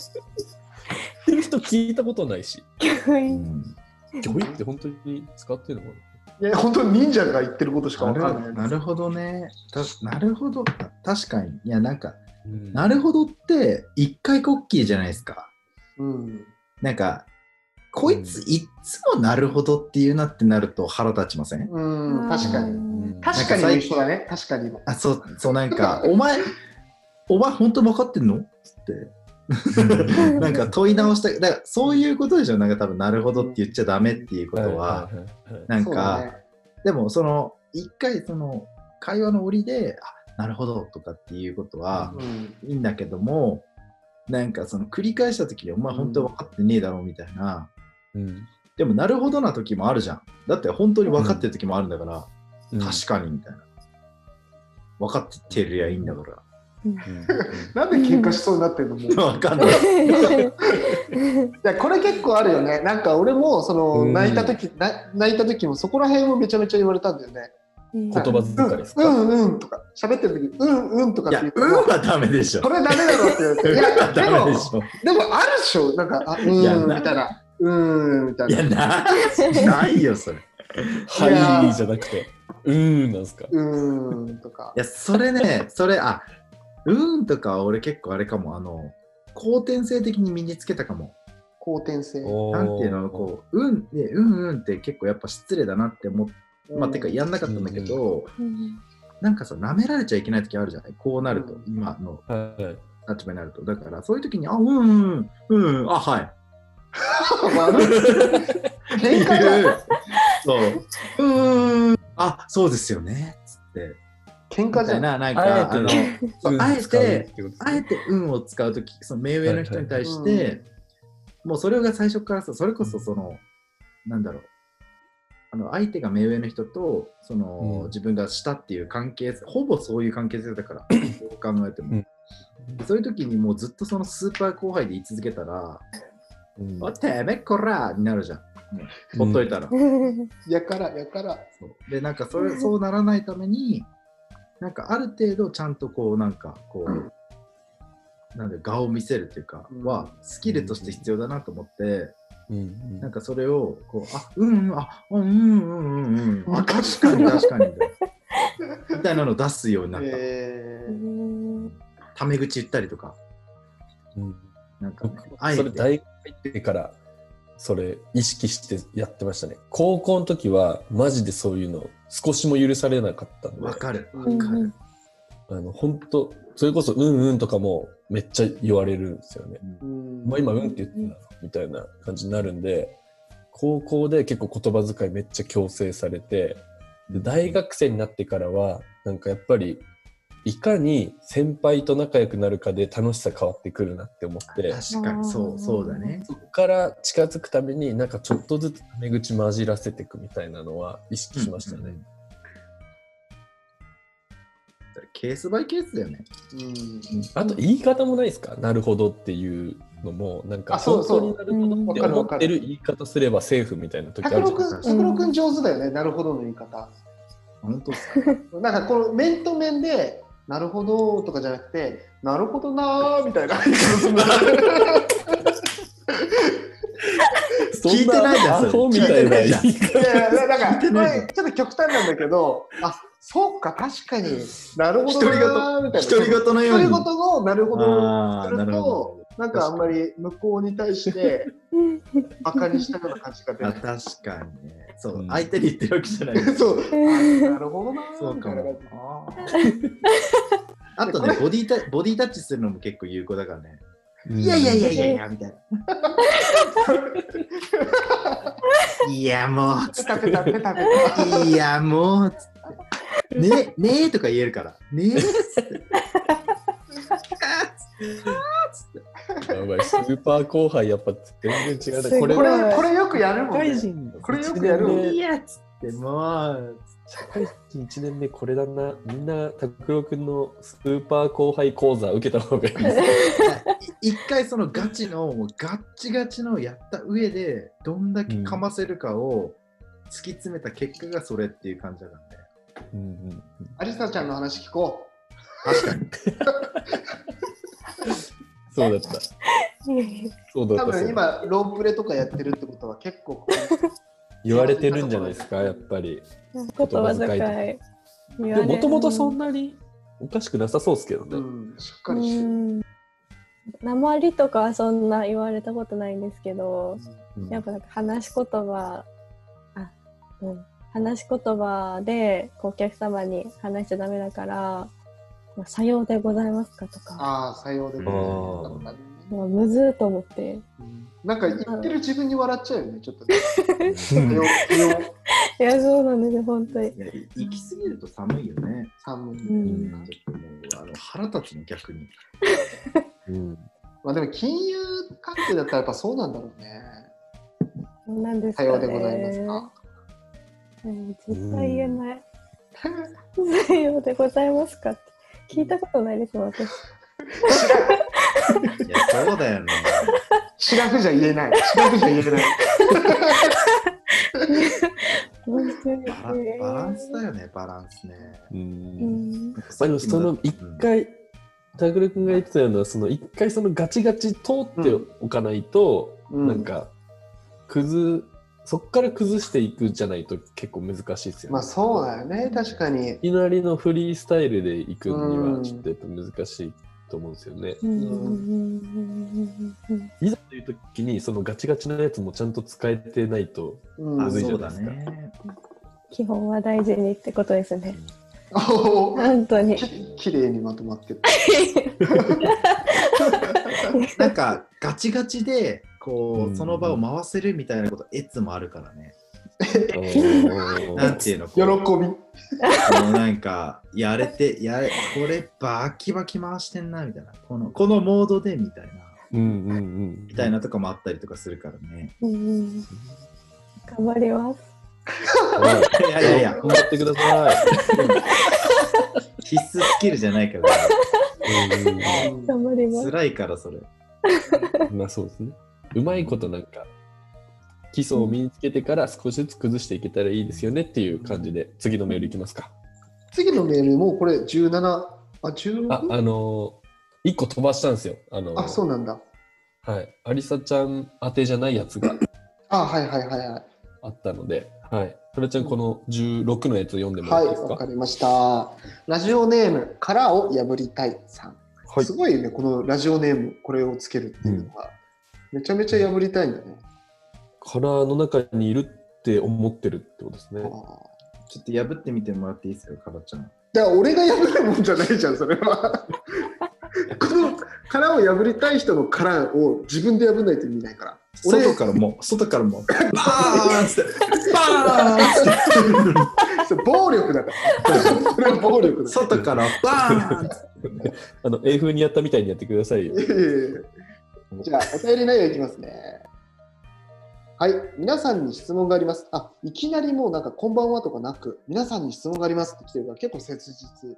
[SPEAKER 3] 言ってる人聞いたことないし、
[SPEAKER 2] う
[SPEAKER 5] 急
[SPEAKER 2] ん
[SPEAKER 3] ギョイって本当に使ってるのかない
[SPEAKER 4] や、本当に忍者が言ってることしか
[SPEAKER 2] な
[SPEAKER 4] わ
[SPEAKER 2] る
[SPEAKER 4] からない。
[SPEAKER 2] なるほどね。たなるほど。た確かに。いや、なんか、
[SPEAKER 3] うん
[SPEAKER 2] なるほどって、一回コッキーじゃないですか。
[SPEAKER 4] うん。
[SPEAKER 2] なんか、こいついっつもなるほどっていうなってなると腹立ちません
[SPEAKER 4] うん、確かに。
[SPEAKER 3] うん
[SPEAKER 4] 確かにの一緒だね。確かにの。
[SPEAKER 2] あ、そう、そうなんか、お前、お前本当分かってんのつっ
[SPEAKER 5] う
[SPEAKER 2] て、
[SPEAKER 5] ん
[SPEAKER 2] なんか問い直したいだからそういうことでしょ、なんか多分なるほどって言っちゃダメっていうことは、
[SPEAKER 3] いいい
[SPEAKER 2] なん
[SPEAKER 4] そう
[SPEAKER 2] か、
[SPEAKER 4] だね
[SPEAKER 2] でもその、一回その、会話の折で、あ、なるほどとかっていうことは
[SPEAKER 4] うん
[SPEAKER 2] いいんだけども、なんかその繰り返した時に、お前本当分かってねえだろみたいな、
[SPEAKER 3] うん
[SPEAKER 2] でもなるほどな時もあるじゃん。だって本当に分かってる時もあるんだから、
[SPEAKER 3] うん
[SPEAKER 2] 確かにみたいな。分かってるやいいんだから。
[SPEAKER 3] うん
[SPEAKER 4] なんで喧嘩しそうになってるのもう。
[SPEAKER 2] 分 かんない。
[SPEAKER 4] いやこれ結構あるよねなんか俺もその
[SPEAKER 3] うん
[SPEAKER 4] 泣いた時、な泣いた時もそこら辺をめちゃめちゃ言われたんだよね
[SPEAKER 5] 言
[SPEAKER 3] 言葉遣いですか
[SPEAKER 4] うんうんうんとか喋ってる時うんうんとかっ
[SPEAKER 2] い
[SPEAKER 4] て
[SPEAKER 2] や、
[SPEAKER 4] 言
[SPEAKER 2] う
[SPEAKER 4] った
[SPEAKER 2] んは
[SPEAKER 4] ら
[SPEAKER 2] ダメでしょ
[SPEAKER 4] こ。れダメだろって言わ れていやで
[SPEAKER 2] ダメ
[SPEAKER 4] も
[SPEAKER 2] でしょ。
[SPEAKER 4] でもあるでしょなんかあう
[SPEAKER 2] いや
[SPEAKER 4] ん
[SPEAKER 2] な
[SPEAKER 4] みたいなうんみたい
[SPEAKER 2] い
[SPEAKER 4] な
[SPEAKER 2] や、なないよ、それ。い
[SPEAKER 3] はいじゃなくて、うーんなんですか。
[SPEAKER 4] うんとか
[SPEAKER 2] や、それね、それ、あ、うんとかは俺結構あれかも、あの、後天性的に身につけたかも。
[SPEAKER 4] 好転性
[SPEAKER 2] なんていうの、こう、うん、ね、うんうんって結構やっぱ失礼だなって思って、まあ、てかやんなかったんだけど、なんかさ、舐められちゃいけない時あるじゃないこうなると、
[SPEAKER 4] うん
[SPEAKER 2] 今の
[SPEAKER 3] う。はい。
[SPEAKER 2] 立場になると。だから、そういう時に、あ、うんうん、うんうん、あ、はい。
[SPEAKER 4] 悪い
[SPEAKER 2] っ
[SPEAKER 4] 喧嘩
[SPEAKER 2] て
[SPEAKER 4] だ
[SPEAKER 2] いう そう。うんうんうん、あ、そうですよね。つって。
[SPEAKER 4] 喧嘩
[SPEAKER 2] み
[SPEAKER 4] じ
[SPEAKER 2] た
[SPEAKER 4] ゃ
[SPEAKER 2] い
[SPEAKER 4] な
[SPEAKER 2] な、な
[SPEAKER 4] い
[SPEAKER 2] ん
[SPEAKER 3] あえ
[SPEAKER 2] か、
[SPEAKER 3] て
[SPEAKER 2] あの、そうあえて、あえ
[SPEAKER 3] て、
[SPEAKER 2] て運を使うとき、その目上の人に対して、
[SPEAKER 4] はいはいうん
[SPEAKER 2] もうそれが最初からさ、それこそその、なんだろう、あの相手が目上の人と、その、
[SPEAKER 3] うん
[SPEAKER 2] 自分が下っていう関係性、ほぼそういう関係性だから、どう考えても。
[SPEAKER 3] うん
[SPEAKER 2] でそういう時にもうずっとそのスーパー後輩で言い続けたら、
[SPEAKER 3] うん
[SPEAKER 2] おてめえこらになるじゃん。ほっといたら。
[SPEAKER 4] やからやから
[SPEAKER 2] そうでなんかそれそうならないためになんかある程度ちゃんとこうなんかこう、
[SPEAKER 4] うん
[SPEAKER 2] なんで顔を見せるっていうか
[SPEAKER 4] うん
[SPEAKER 2] はスキルとして必要だなと思って、
[SPEAKER 3] うんうん
[SPEAKER 2] なんかそれをこうあうんうんあうんうんうんうんうん
[SPEAKER 4] わ
[SPEAKER 2] あ
[SPEAKER 4] かる
[SPEAKER 2] 確かに確かにみたいなみたいなのを出すようになった、
[SPEAKER 4] えー
[SPEAKER 2] タメ口言ったりとか
[SPEAKER 3] うん
[SPEAKER 2] なんか、ね
[SPEAKER 3] 僕、
[SPEAKER 2] あえ
[SPEAKER 3] それ
[SPEAKER 2] て
[SPEAKER 3] 大学入ってから、それ意識してやってましたね。高校の時は、マジでそういうの少しも許されなかったんで
[SPEAKER 2] わ、かる
[SPEAKER 4] うん
[SPEAKER 2] わかる、
[SPEAKER 3] あの本当それこそ、うんうんとかもめっちゃ言われるんですよね。
[SPEAKER 4] うん
[SPEAKER 3] お前今うんって言ってたなみたいな感じになるんで高校で結構言葉遣いめっちゃ強制されてで大学生になってからはなんかやっぱりいかに先輩と仲良くなるかで楽しさ変わってくるなって思って
[SPEAKER 2] 確かにそうそうだね
[SPEAKER 3] そっから近づくためになんかちょっとずつタメ口混じらせていくみたいなのは意識しましたね。
[SPEAKER 2] うんうんケースバイケースだよね
[SPEAKER 4] うん
[SPEAKER 3] あと言い方もないですか、なるほどっていうのも、なんか
[SPEAKER 4] あそう
[SPEAKER 3] 本
[SPEAKER 4] そ
[SPEAKER 3] 当に
[SPEAKER 4] う
[SPEAKER 3] なるほどって
[SPEAKER 4] うん
[SPEAKER 3] 思ってる言い方すればセーフみたいな時あるじゃ
[SPEAKER 4] 拓
[SPEAKER 3] ない
[SPEAKER 4] 郎
[SPEAKER 3] ですか
[SPEAKER 4] くん拓郎くん上手だよねなるほどの言い方
[SPEAKER 2] 本 当っすか
[SPEAKER 4] なんかこの面と面で、なるほどとかじゃなくて、なるほどなーみ たいな。
[SPEAKER 3] そんな
[SPEAKER 2] 聞いてないじゃんそれ
[SPEAKER 3] アホみたいな 言い
[SPEAKER 4] い
[SPEAKER 3] 方。
[SPEAKER 4] やいや、なんか、
[SPEAKER 2] て
[SPEAKER 4] こ
[SPEAKER 2] ない
[SPEAKER 4] れちょっと極端なんだけど、あ、そうか、確かになるほどなーみたいな。
[SPEAKER 2] 独り言のように
[SPEAKER 4] 独り言のなるほど
[SPEAKER 2] あ
[SPEAKER 4] すると、なんかあんまり向こうに対して馬鹿にしたような感じが出
[SPEAKER 2] あ
[SPEAKER 4] る。
[SPEAKER 2] 確かにね。そう、
[SPEAKER 3] うん
[SPEAKER 2] 相手に言ってるわけじゃ ない。
[SPEAKER 4] そう、あなるほどな
[SPEAKER 2] そ
[SPEAKER 4] ー
[SPEAKER 2] う
[SPEAKER 4] み
[SPEAKER 2] か
[SPEAKER 4] たいな感
[SPEAKER 2] も
[SPEAKER 4] じ。。
[SPEAKER 2] あとね、ボディタボディタッチするのも結構有効だからね。
[SPEAKER 3] い
[SPEAKER 2] いやいやいやい
[SPEAKER 5] い
[SPEAKER 2] や
[SPEAKER 5] や
[SPEAKER 2] い
[SPEAKER 5] い
[SPEAKER 2] や、みた いな。いや、も
[SPEAKER 4] ペタペタペタペ
[SPEAKER 2] う、いや、もう、つってね、ねえとか言えるから。ねえっつって。
[SPEAKER 3] やばい、スーパー後輩やっぱ全然違うな。
[SPEAKER 5] すごい
[SPEAKER 3] これ
[SPEAKER 4] タ。こ
[SPEAKER 3] は
[SPEAKER 4] れ、これよくやるもん、ね。
[SPEAKER 2] 人
[SPEAKER 4] これよくやるもんね
[SPEAKER 2] いや、つっって、まあ、
[SPEAKER 3] 社会人1年目これだなみんな拓郎君のスーパー後輩講座受けた方がいいです
[SPEAKER 2] 一回そのガチの、もうガッチガチのやった上で、どんだけかませるかを突き詰めた結果がそれっていう感じだからね。
[SPEAKER 3] うん
[SPEAKER 4] アリサちゃんの話聞こ
[SPEAKER 2] 確かに。
[SPEAKER 3] そうだったそう
[SPEAKER 4] う。
[SPEAKER 3] だ
[SPEAKER 4] 多
[SPEAKER 3] ったそう
[SPEAKER 4] 分
[SPEAKER 3] だった
[SPEAKER 4] 今、ロープレとかやってるってことは結構、
[SPEAKER 3] 言われてるんじゃないですかやっぱり
[SPEAKER 5] 言葉遣い言わ
[SPEAKER 3] で
[SPEAKER 5] れる
[SPEAKER 3] ももともとそんなにおかしくなさそうですけどね、
[SPEAKER 4] うん、しっかりして
[SPEAKER 5] う
[SPEAKER 4] る。
[SPEAKER 5] ん鉛とかはそんな言われたことないんですけど、
[SPEAKER 3] うん
[SPEAKER 5] やっぱなんか話し言葉あ、うん、話し言葉でこうお客様に話しちゃダメだから「まあ、さようでございますか」とか
[SPEAKER 4] ああ、さようでございます。
[SPEAKER 5] 「もうむず」と思って
[SPEAKER 4] なんか言ってる自分に笑っちゃうよね、ちょっとね。さよう
[SPEAKER 5] いやそうなんですよ本当に
[SPEAKER 2] いや行き過ぎると寒いよね。
[SPEAKER 4] 寒い。
[SPEAKER 5] うん
[SPEAKER 2] ちょっともうあの腹立つの逆に。
[SPEAKER 3] うん
[SPEAKER 4] まあでも、金融関係だったらやっぱそうなんだろうね。
[SPEAKER 5] そうなんです
[SPEAKER 4] さ
[SPEAKER 5] か
[SPEAKER 4] よう
[SPEAKER 5] ね
[SPEAKER 4] でございますか。
[SPEAKER 5] うん絶対言えない「さようでございますか」って聞いたことないですもん私
[SPEAKER 2] いや、そうだよね。
[SPEAKER 4] 知らずじゃ言えない。知らずじゃ言えない。
[SPEAKER 5] 本当に
[SPEAKER 2] バラバランスだよね、バランスね。
[SPEAKER 3] う
[SPEAKER 5] うんん
[SPEAKER 3] まあでもその一回、タグル君が言ってたようなその一回そのガチガチ通っておかないと、
[SPEAKER 4] うん
[SPEAKER 3] なんか崩そっから崩していくじゃないと結構難しいですよね、
[SPEAKER 4] まあそうだよね、確かに。
[SPEAKER 3] いきなりのフリースタイルで行くに
[SPEAKER 4] う
[SPEAKER 3] は
[SPEAKER 4] ん
[SPEAKER 3] ちょっとやっぱ難しいと思うんですよね、
[SPEAKER 5] うんうんうんうんうん
[SPEAKER 3] いざという時にそのガチガチのやつもちゃんと使えてないと
[SPEAKER 4] うん
[SPEAKER 2] あ、
[SPEAKER 3] むずいじ
[SPEAKER 2] そ
[SPEAKER 3] ゃ
[SPEAKER 2] う
[SPEAKER 3] な
[SPEAKER 2] だ
[SPEAKER 3] いですか
[SPEAKER 2] ね。
[SPEAKER 5] 基本は大事にってことですね
[SPEAKER 4] お ー
[SPEAKER 5] 本当に
[SPEAKER 4] ききれいにまとまってる。
[SPEAKER 2] なんかガチガチで、こ
[SPEAKER 3] うん
[SPEAKER 2] う、その場を回せるみたいなこと、えつもあるからね。
[SPEAKER 3] あー
[SPEAKER 2] なんていうの、
[SPEAKER 4] 喜
[SPEAKER 2] こ
[SPEAKER 4] び。
[SPEAKER 2] う、このなんか、やれて、やれ、これ、バキバキ回してんな、みたいな。この、このモードで、みたいな。
[SPEAKER 3] うんうんうん
[SPEAKER 2] みたいなとかもあったりとかするからね。
[SPEAKER 5] うん頑張ります。
[SPEAKER 3] はい
[SPEAKER 2] いやいやいや
[SPEAKER 3] 頑、張ってください
[SPEAKER 2] 必須スキルじゃ ないから、ね、
[SPEAKER 4] うん
[SPEAKER 5] 頑張ります。
[SPEAKER 2] 辛いから、それ。
[SPEAKER 3] まあそうですね。うまいことなんか、基礎を身につけてから少しずつ崩していけたらいいですよねっていう感じで、次のメールいきますか。
[SPEAKER 4] 次のメールもうこれ17、あ、
[SPEAKER 3] あ、
[SPEAKER 4] 16?
[SPEAKER 3] あのー、1個飛ばしたんですよ。あのー
[SPEAKER 4] あ、そうなんだ。
[SPEAKER 3] はい。ありさちゃん宛てじゃないやつ が
[SPEAKER 4] あ、はいはいはいはい。
[SPEAKER 3] あったので、はい。それちゃん、この16のやつを読んでもら
[SPEAKER 4] は
[SPEAKER 3] っ
[SPEAKER 4] い、
[SPEAKER 3] ていいですか
[SPEAKER 4] わかりました。ラジオネーム、殻を破りたいさん。
[SPEAKER 3] はい
[SPEAKER 4] す。ごいね、このラジオネーム、これをつけるっていうのは、めちゃめちゃ破りたいんだね。
[SPEAKER 3] カラーの中にいるって思ってるってことですね
[SPEAKER 4] あ。ー
[SPEAKER 2] ちょっと破ってみてもらっていいですか、かばちゃん。
[SPEAKER 4] だから俺が破るもんじゃないじゃん、それは。この殻を破りたい人の殻を自分で破らないと意味ないから。俺
[SPEAKER 2] 外からも、外からも、 バーンって、バーンって、
[SPEAKER 4] それ暴力だから。それは暴力だか
[SPEAKER 2] 外からバーンって。
[SPEAKER 3] あの、英風にやったみたいにやってくださいよ
[SPEAKER 4] ら。。いやいやいやじゃあ、お便り内容いきますね。はい、皆さんに質問があります。あ、いきなりもうなんか、こんばんはとかなく、皆さんに質問がありますって来てるから、結構切実。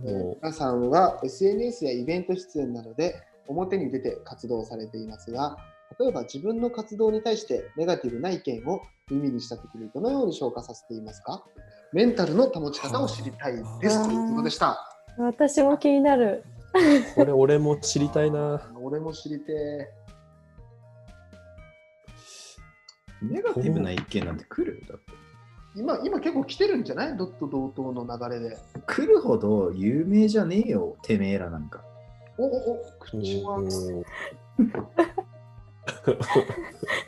[SPEAKER 3] も
[SPEAKER 4] 皆さんは SNS やイベント出演などで表に出て活動されていますが、例えば自分の活動に対してネガティブな意見を耳にしたときにどのように消化させていますかメンタルの保ち方を知りたいです
[SPEAKER 5] あー
[SPEAKER 4] ということでした。
[SPEAKER 5] 私も気になる。
[SPEAKER 3] う、これ俺も知りたい な。
[SPEAKER 4] 俺も知りてえ
[SPEAKER 2] ネガティブな意見なんて来るだって
[SPEAKER 4] 今、今結構来てるんじゃないドット同等の流れで。
[SPEAKER 2] 来るほど有名じゃねえよ、てめえらなんか。
[SPEAKER 4] おおお、口は。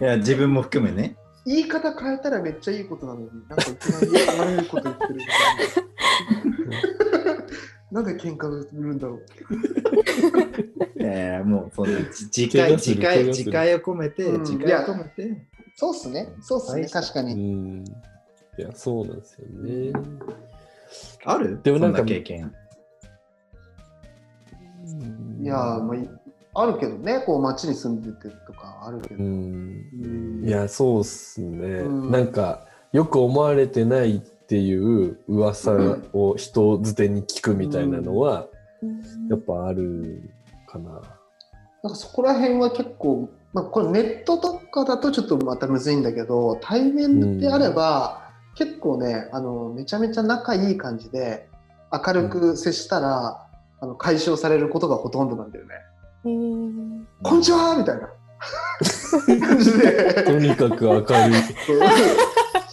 [SPEAKER 2] いや、自分も含め ね。
[SPEAKER 4] 言い方変えたらめっちゃいいことなのに、なんかいきなり言われること言ってるみたいな。 なんで喧嘩売るんだろう。
[SPEAKER 2] えー、もうその、じ次
[SPEAKER 3] 怪我
[SPEAKER 2] 回、
[SPEAKER 3] する
[SPEAKER 2] 次
[SPEAKER 3] 怪
[SPEAKER 2] 回、
[SPEAKER 3] 我する
[SPEAKER 2] 次回を込めて、
[SPEAKER 4] うん
[SPEAKER 2] 次回を込めて。
[SPEAKER 4] そうっすね。そうっすね。確か
[SPEAKER 3] う
[SPEAKER 4] に。
[SPEAKER 3] ん。いや、そうなんですよね。
[SPEAKER 2] ある
[SPEAKER 3] でもなんか
[SPEAKER 2] そ経験。
[SPEAKER 4] いやー、まあい、あるけどね。こう、街に住んでてとかあるけ
[SPEAKER 3] う
[SPEAKER 4] ど。
[SPEAKER 3] ん。
[SPEAKER 4] うん
[SPEAKER 3] いや、そうっすね。
[SPEAKER 4] うん
[SPEAKER 3] なんか、よく思われてないっていう噂を人づてに聞くみたいなのは、やっぱあるかな。
[SPEAKER 4] なんかそこら辺は結構、まあ、これネットとかだとちょっとまたむずいんだけど対面であれば結構ねあのめちゃめちゃ仲いい感じで明るく接したら、あの解消されることがほとんどなんだよね。
[SPEAKER 5] うん
[SPEAKER 4] こんにちはみたいな感じで
[SPEAKER 3] とにかく 明るい。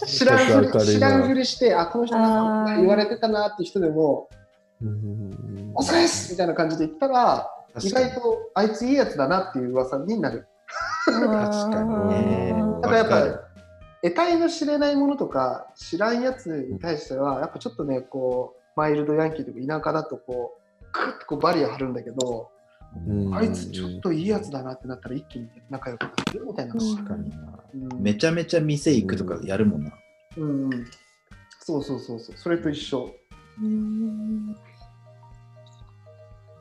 [SPEAKER 4] 知らんふ
[SPEAKER 3] 明るいな
[SPEAKER 4] り知らんふりしてあこの人なん
[SPEAKER 5] あ
[SPEAKER 4] か
[SPEAKER 5] ー
[SPEAKER 4] 言われてたなって人でも
[SPEAKER 3] うん
[SPEAKER 4] 「お疲れっす!」みたいな感じで言ったら意
[SPEAKER 2] 確かに
[SPEAKER 4] 外とあいついいやつだなっていう噂になる。
[SPEAKER 5] 確
[SPEAKER 2] かにね
[SPEAKER 4] だからやっ
[SPEAKER 2] わか
[SPEAKER 4] ぱ
[SPEAKER 2] る
[SPEAKER 4] 得体の知れないものとか知らんやつに対してはやっぱちょっとねこうマイルドヤンキーとか田舎だとこうクッとこうバリア張るんだけど
[SPEAKER 3] うん
[SPEAKER 4] あいつちょっといいやつだなってなったら一気に仲良くなるみたいな。
[SPEAKER 2] 確かにな
[SPEAKER 4] うん
[SPEAKER 2] めちゃめちゃ店行くとかやるもんな。
[SPEAKER 4] うんうん、そうそうそうそうそれと一緒。
[SPEAKER 5] うん。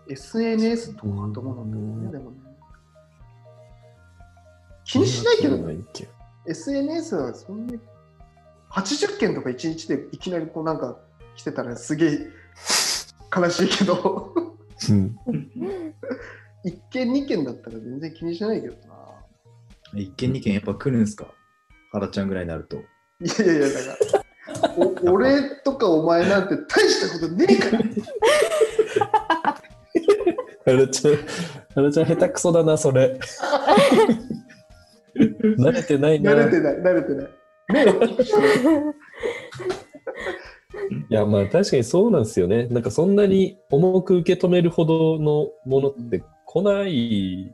[SPEAKER 4] SNS とかと思うんだけどね、でもね。気にしないけどね、
[SPEAKER 3] けど
[SPEAKER 4] SNS はそんなに80件とか1日でいきなりこうなんか来てたらすげえ悲しいけど、
[SPEAKER 3] うん
[SPEAKER 4] 1件2件だったら全然気にしないけどな。
[SPEAKER 2] 一軒二軒やっぱ来るんすか原ちゃんぐらいになると。
[SPEAKER 4] いやいやいや、だから、お 俺とかお前なんて大したことねえから、
[SPEAKER 3] ハラちゃん、ハラちゃん下手くそだな、そ れ。慣れてないな。
[SPEAKER 4] 慣れ てない、慣れてない。目を大きくしてない
[SPEAKER 3] いや、まあ確かにそうなんですよね。なんかそんなに重く受け止めるほどのものって来ない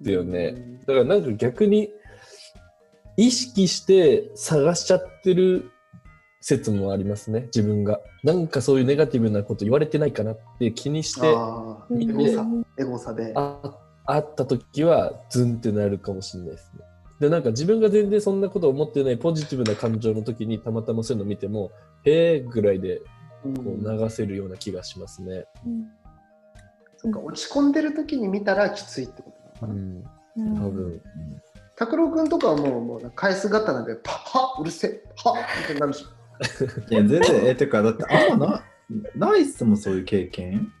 [SPEAKER 3] ですよね。だからなんか逆に意識して探しちゃってる説もありますね、自分が。なんかそういうネガティブなこと言われてないかなって気にして、
[SPEAKER 4] あ
[SPEAKER 5] う
[SPEAKER 4] ーエ
[SPEAKER 5] ん
[SPEAKER 4] ゴサ、エゴサで。
[SPEAKER 3] ああった時はズンってなるかもしれないですね。でなんか自分が全然そんなこと思ってないポジティブな感情の時にたまたまそういうの見てもへえぐらいでこう流せるような気がしますね。
[SPEAKER 4] そっか落ち込んでる時に見たらきついってことなのか
[SPEAKER 3] う
[SPEAKER 4] な。
[SPEAKER 3] ん、
[SPEAKER 5] うん
[SPEAKER 3] 多分
[SPEAKER 4] 拓郎君とかはもうもう返す方なんで、パはうるせえ、はみたいになるでしょ。
[SPEAKER 2] いや、全然、え、てか、だってあんまな、ないっすもん、そういう経験。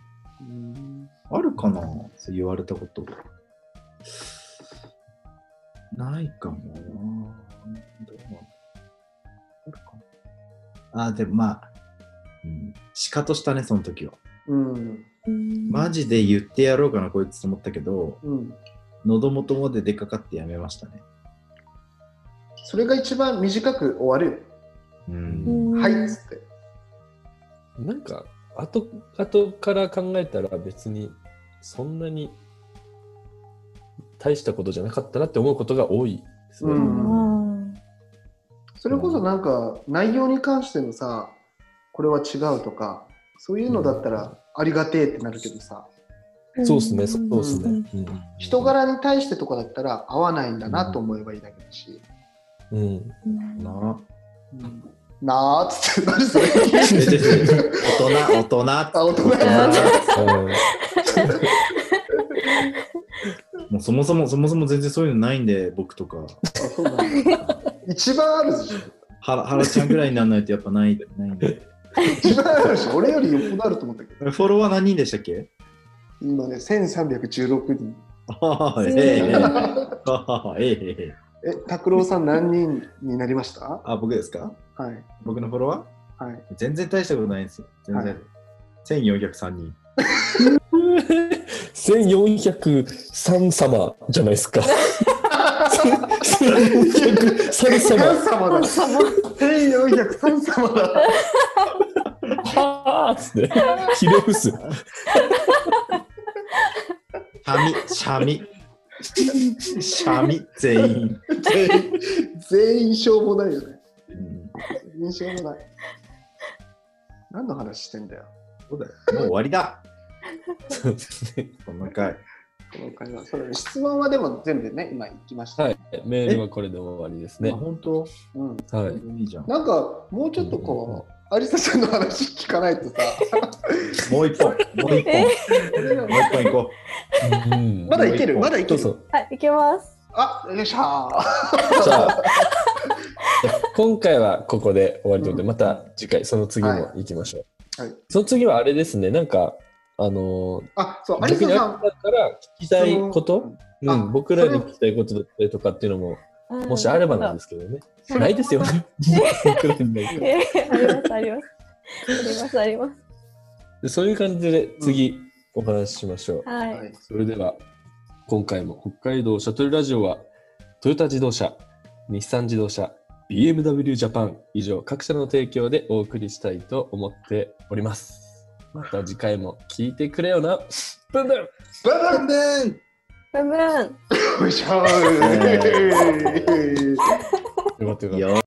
[SPEAKER 2] あるかなそう言われたこと。ないかもな。どうなのあるかなあ、でもまあ、うん、しかとしたね、その時は。
[SPEAKER 4] うん。
[SPEAKER 5] うん
[SPEAKER 2] マジで言ってやろうかな、こいつと思ったけど、
[SPEAKER 4] うん。
[SPEAKER 2] 喉元まで出かかってやめましたね。
[SPEAKER 4] それが一番短く終わる
[SPEAKER 2] う。
[SPEAKER 5] うんん
[SPEAKER 4] よ。はいっつって。
[SPEAKER 3] なんか後後から考えたら別にそんなに大したことじゃなかったなって思うことが多いですね。
[SPEAKER 4] うん
[SPEAKER 5] うん
[SPEAKER 4] それこそなんか内容に関してのさ、これは違うとか、そういうのだったらありがてえってなるけどさ、
[SPEAKER 3] そうですね、そうですね。うん
[SPEAKER 4] 人柄に対してとかだったら合わないんだなと思えばいいだけだし。
[SPEAKER 3] うん
[SPEAKER 5] うん
[SPEAKER 2] な
[SPEAKER 4] なあっつって、何それ
[SPEAKER 2] えちょちょち ょ大人、大人。
[SPEAKER 4] あ、大人
[SPEAKER 2] 大人
[SPEAKER 3] うん
[SPEAKER 2] もうそもそもそもそも全然そういうのないんで僕とか
[SPEAKER 4] あそうなんだ一番あるでしょ
[SPEAKER 2] 原原ちゃんぐらいにならないとやっぱないないんで
[SPEAKER 4] 一番あるでしょ俺よりよっぽどあると思ったけど
[SPEAKER 2] フォロワー何人でしたっけ
[SPEAKER 4] 今ね1316人
[SPEAKER 2] ああええええああ ええええ
[SPEAKER 4] え拓郎さん何人になりましたは
[SPEAKER 2] あ僕ですか
[SPEAKER 4] い
[SPEAKER 2] 僕のフォロワ
[SPEAKER 4] はい
[SPEAKER 2] ー全然大したことないんですよ全然、
[SPEAKER 4] はい
[SPEAKER 2] 1403人
[SPEAKER 3] 1403様じゃないですか。1403様。
[SPEAKER 4] 様だ1403様だ
[SPEAKER 3] はあっつって、ひれ伏す。
[SPEAKER 2] シャミシャ ミシャミ全員、
[SPEAKER 4] 全員全員しょうもないよね
[SPEAKER 2] うん、
[SPEAKER 4] 全員しょうもない何の話してんだよ
[SPEAKER 2] そうだよもう終わりだ
[SPEAKER 3] そうですね
[SPEAKER 2] この回
[SPEAKER 4] この会話そうだね質問はでも全部ね今行きました、
[SPEAKER 3] はい、メールはこれで終わりです
[SPEAKER 2] ね
[SPEAKER 3] ね。
[SPEAKER 2] 本当
[SPEAKER 4] うん、
[SPEAKER 3] はい。
[SPEAKER 2] いい じゃん
[SPEAKER 4] なんかもうちょっとこう有沙ちゃんの話聞かない とさ
[SPEAKER 2] もう一本もう一本
[SPEAKER 5] え
[SPEAKER 2] もう一本行こ
[SPEAKER 3] うん
[SPEAKER 4] まだいける
[SPEAKER 2] もう一本
[SPEAKER 4] まだいけ
[SPEAKER 3] そう
[SPEAKER 4] る
[SPEAKER 3] そう。
[SPEAKER 5] はい、いけます。
[SPEAKER 4] あよいしょー
[SPEAKER 3] じゃあ、今回はここで終わりということで、
[SPEAKER 4] うん
[SPEAKER 3] また次回、その次も
[SPEAKER 4] は
[SPEAKER 3] 行きましょう。
[SPEAKER 4] はい
[SPEAKER 3] その次はあれですね、なんか、あの
[SPEAKER 4] あ、そう、
[SPEAKER 3] ー、
[SPEAKER 4] 有
[SPEAKER 3] 逆に
[SPEAKER 4] 沙さ
[SPEAKER 3] あ
[SPEAKER 4] ん。
[SPEAKER 3] なたから聞きたいこと、う
[SPEAKER 4] あ
[SPEAKER 3] ん、僕らに
[SPEAKER 4] それ
[SPEAKER 3] 聞きたいことだったりとかっていうのも、もしあればなんですけどね。
[SPEAKER 5] それ
[SPEAKER 3] ないですよ ね。 僕らにない
[SPEAKER 5] いやいやありますあります。ありますあります。
[SPEAKER 3] でそういう感じで次、お話ししましょう。
[SPEAKER 5] はい。
[SPEAKER 4] はい
[SPEAKER 3] それでは今回も北海道シャトルラジオはトヨタ自動車、日産自動車、BMW ジャパン以上各社の提供でお送りしたいと思っております。また次回も聞いてくれよな。ブンブン
[SPEAKER 4] バンバン
[SPEAKER 2] ブン
[SPEAKER 5] ブンブン
[SPEAKER 4] よいしょ ー
[SPEAKER 3] よかったよかった
[SPEAKER 2] よ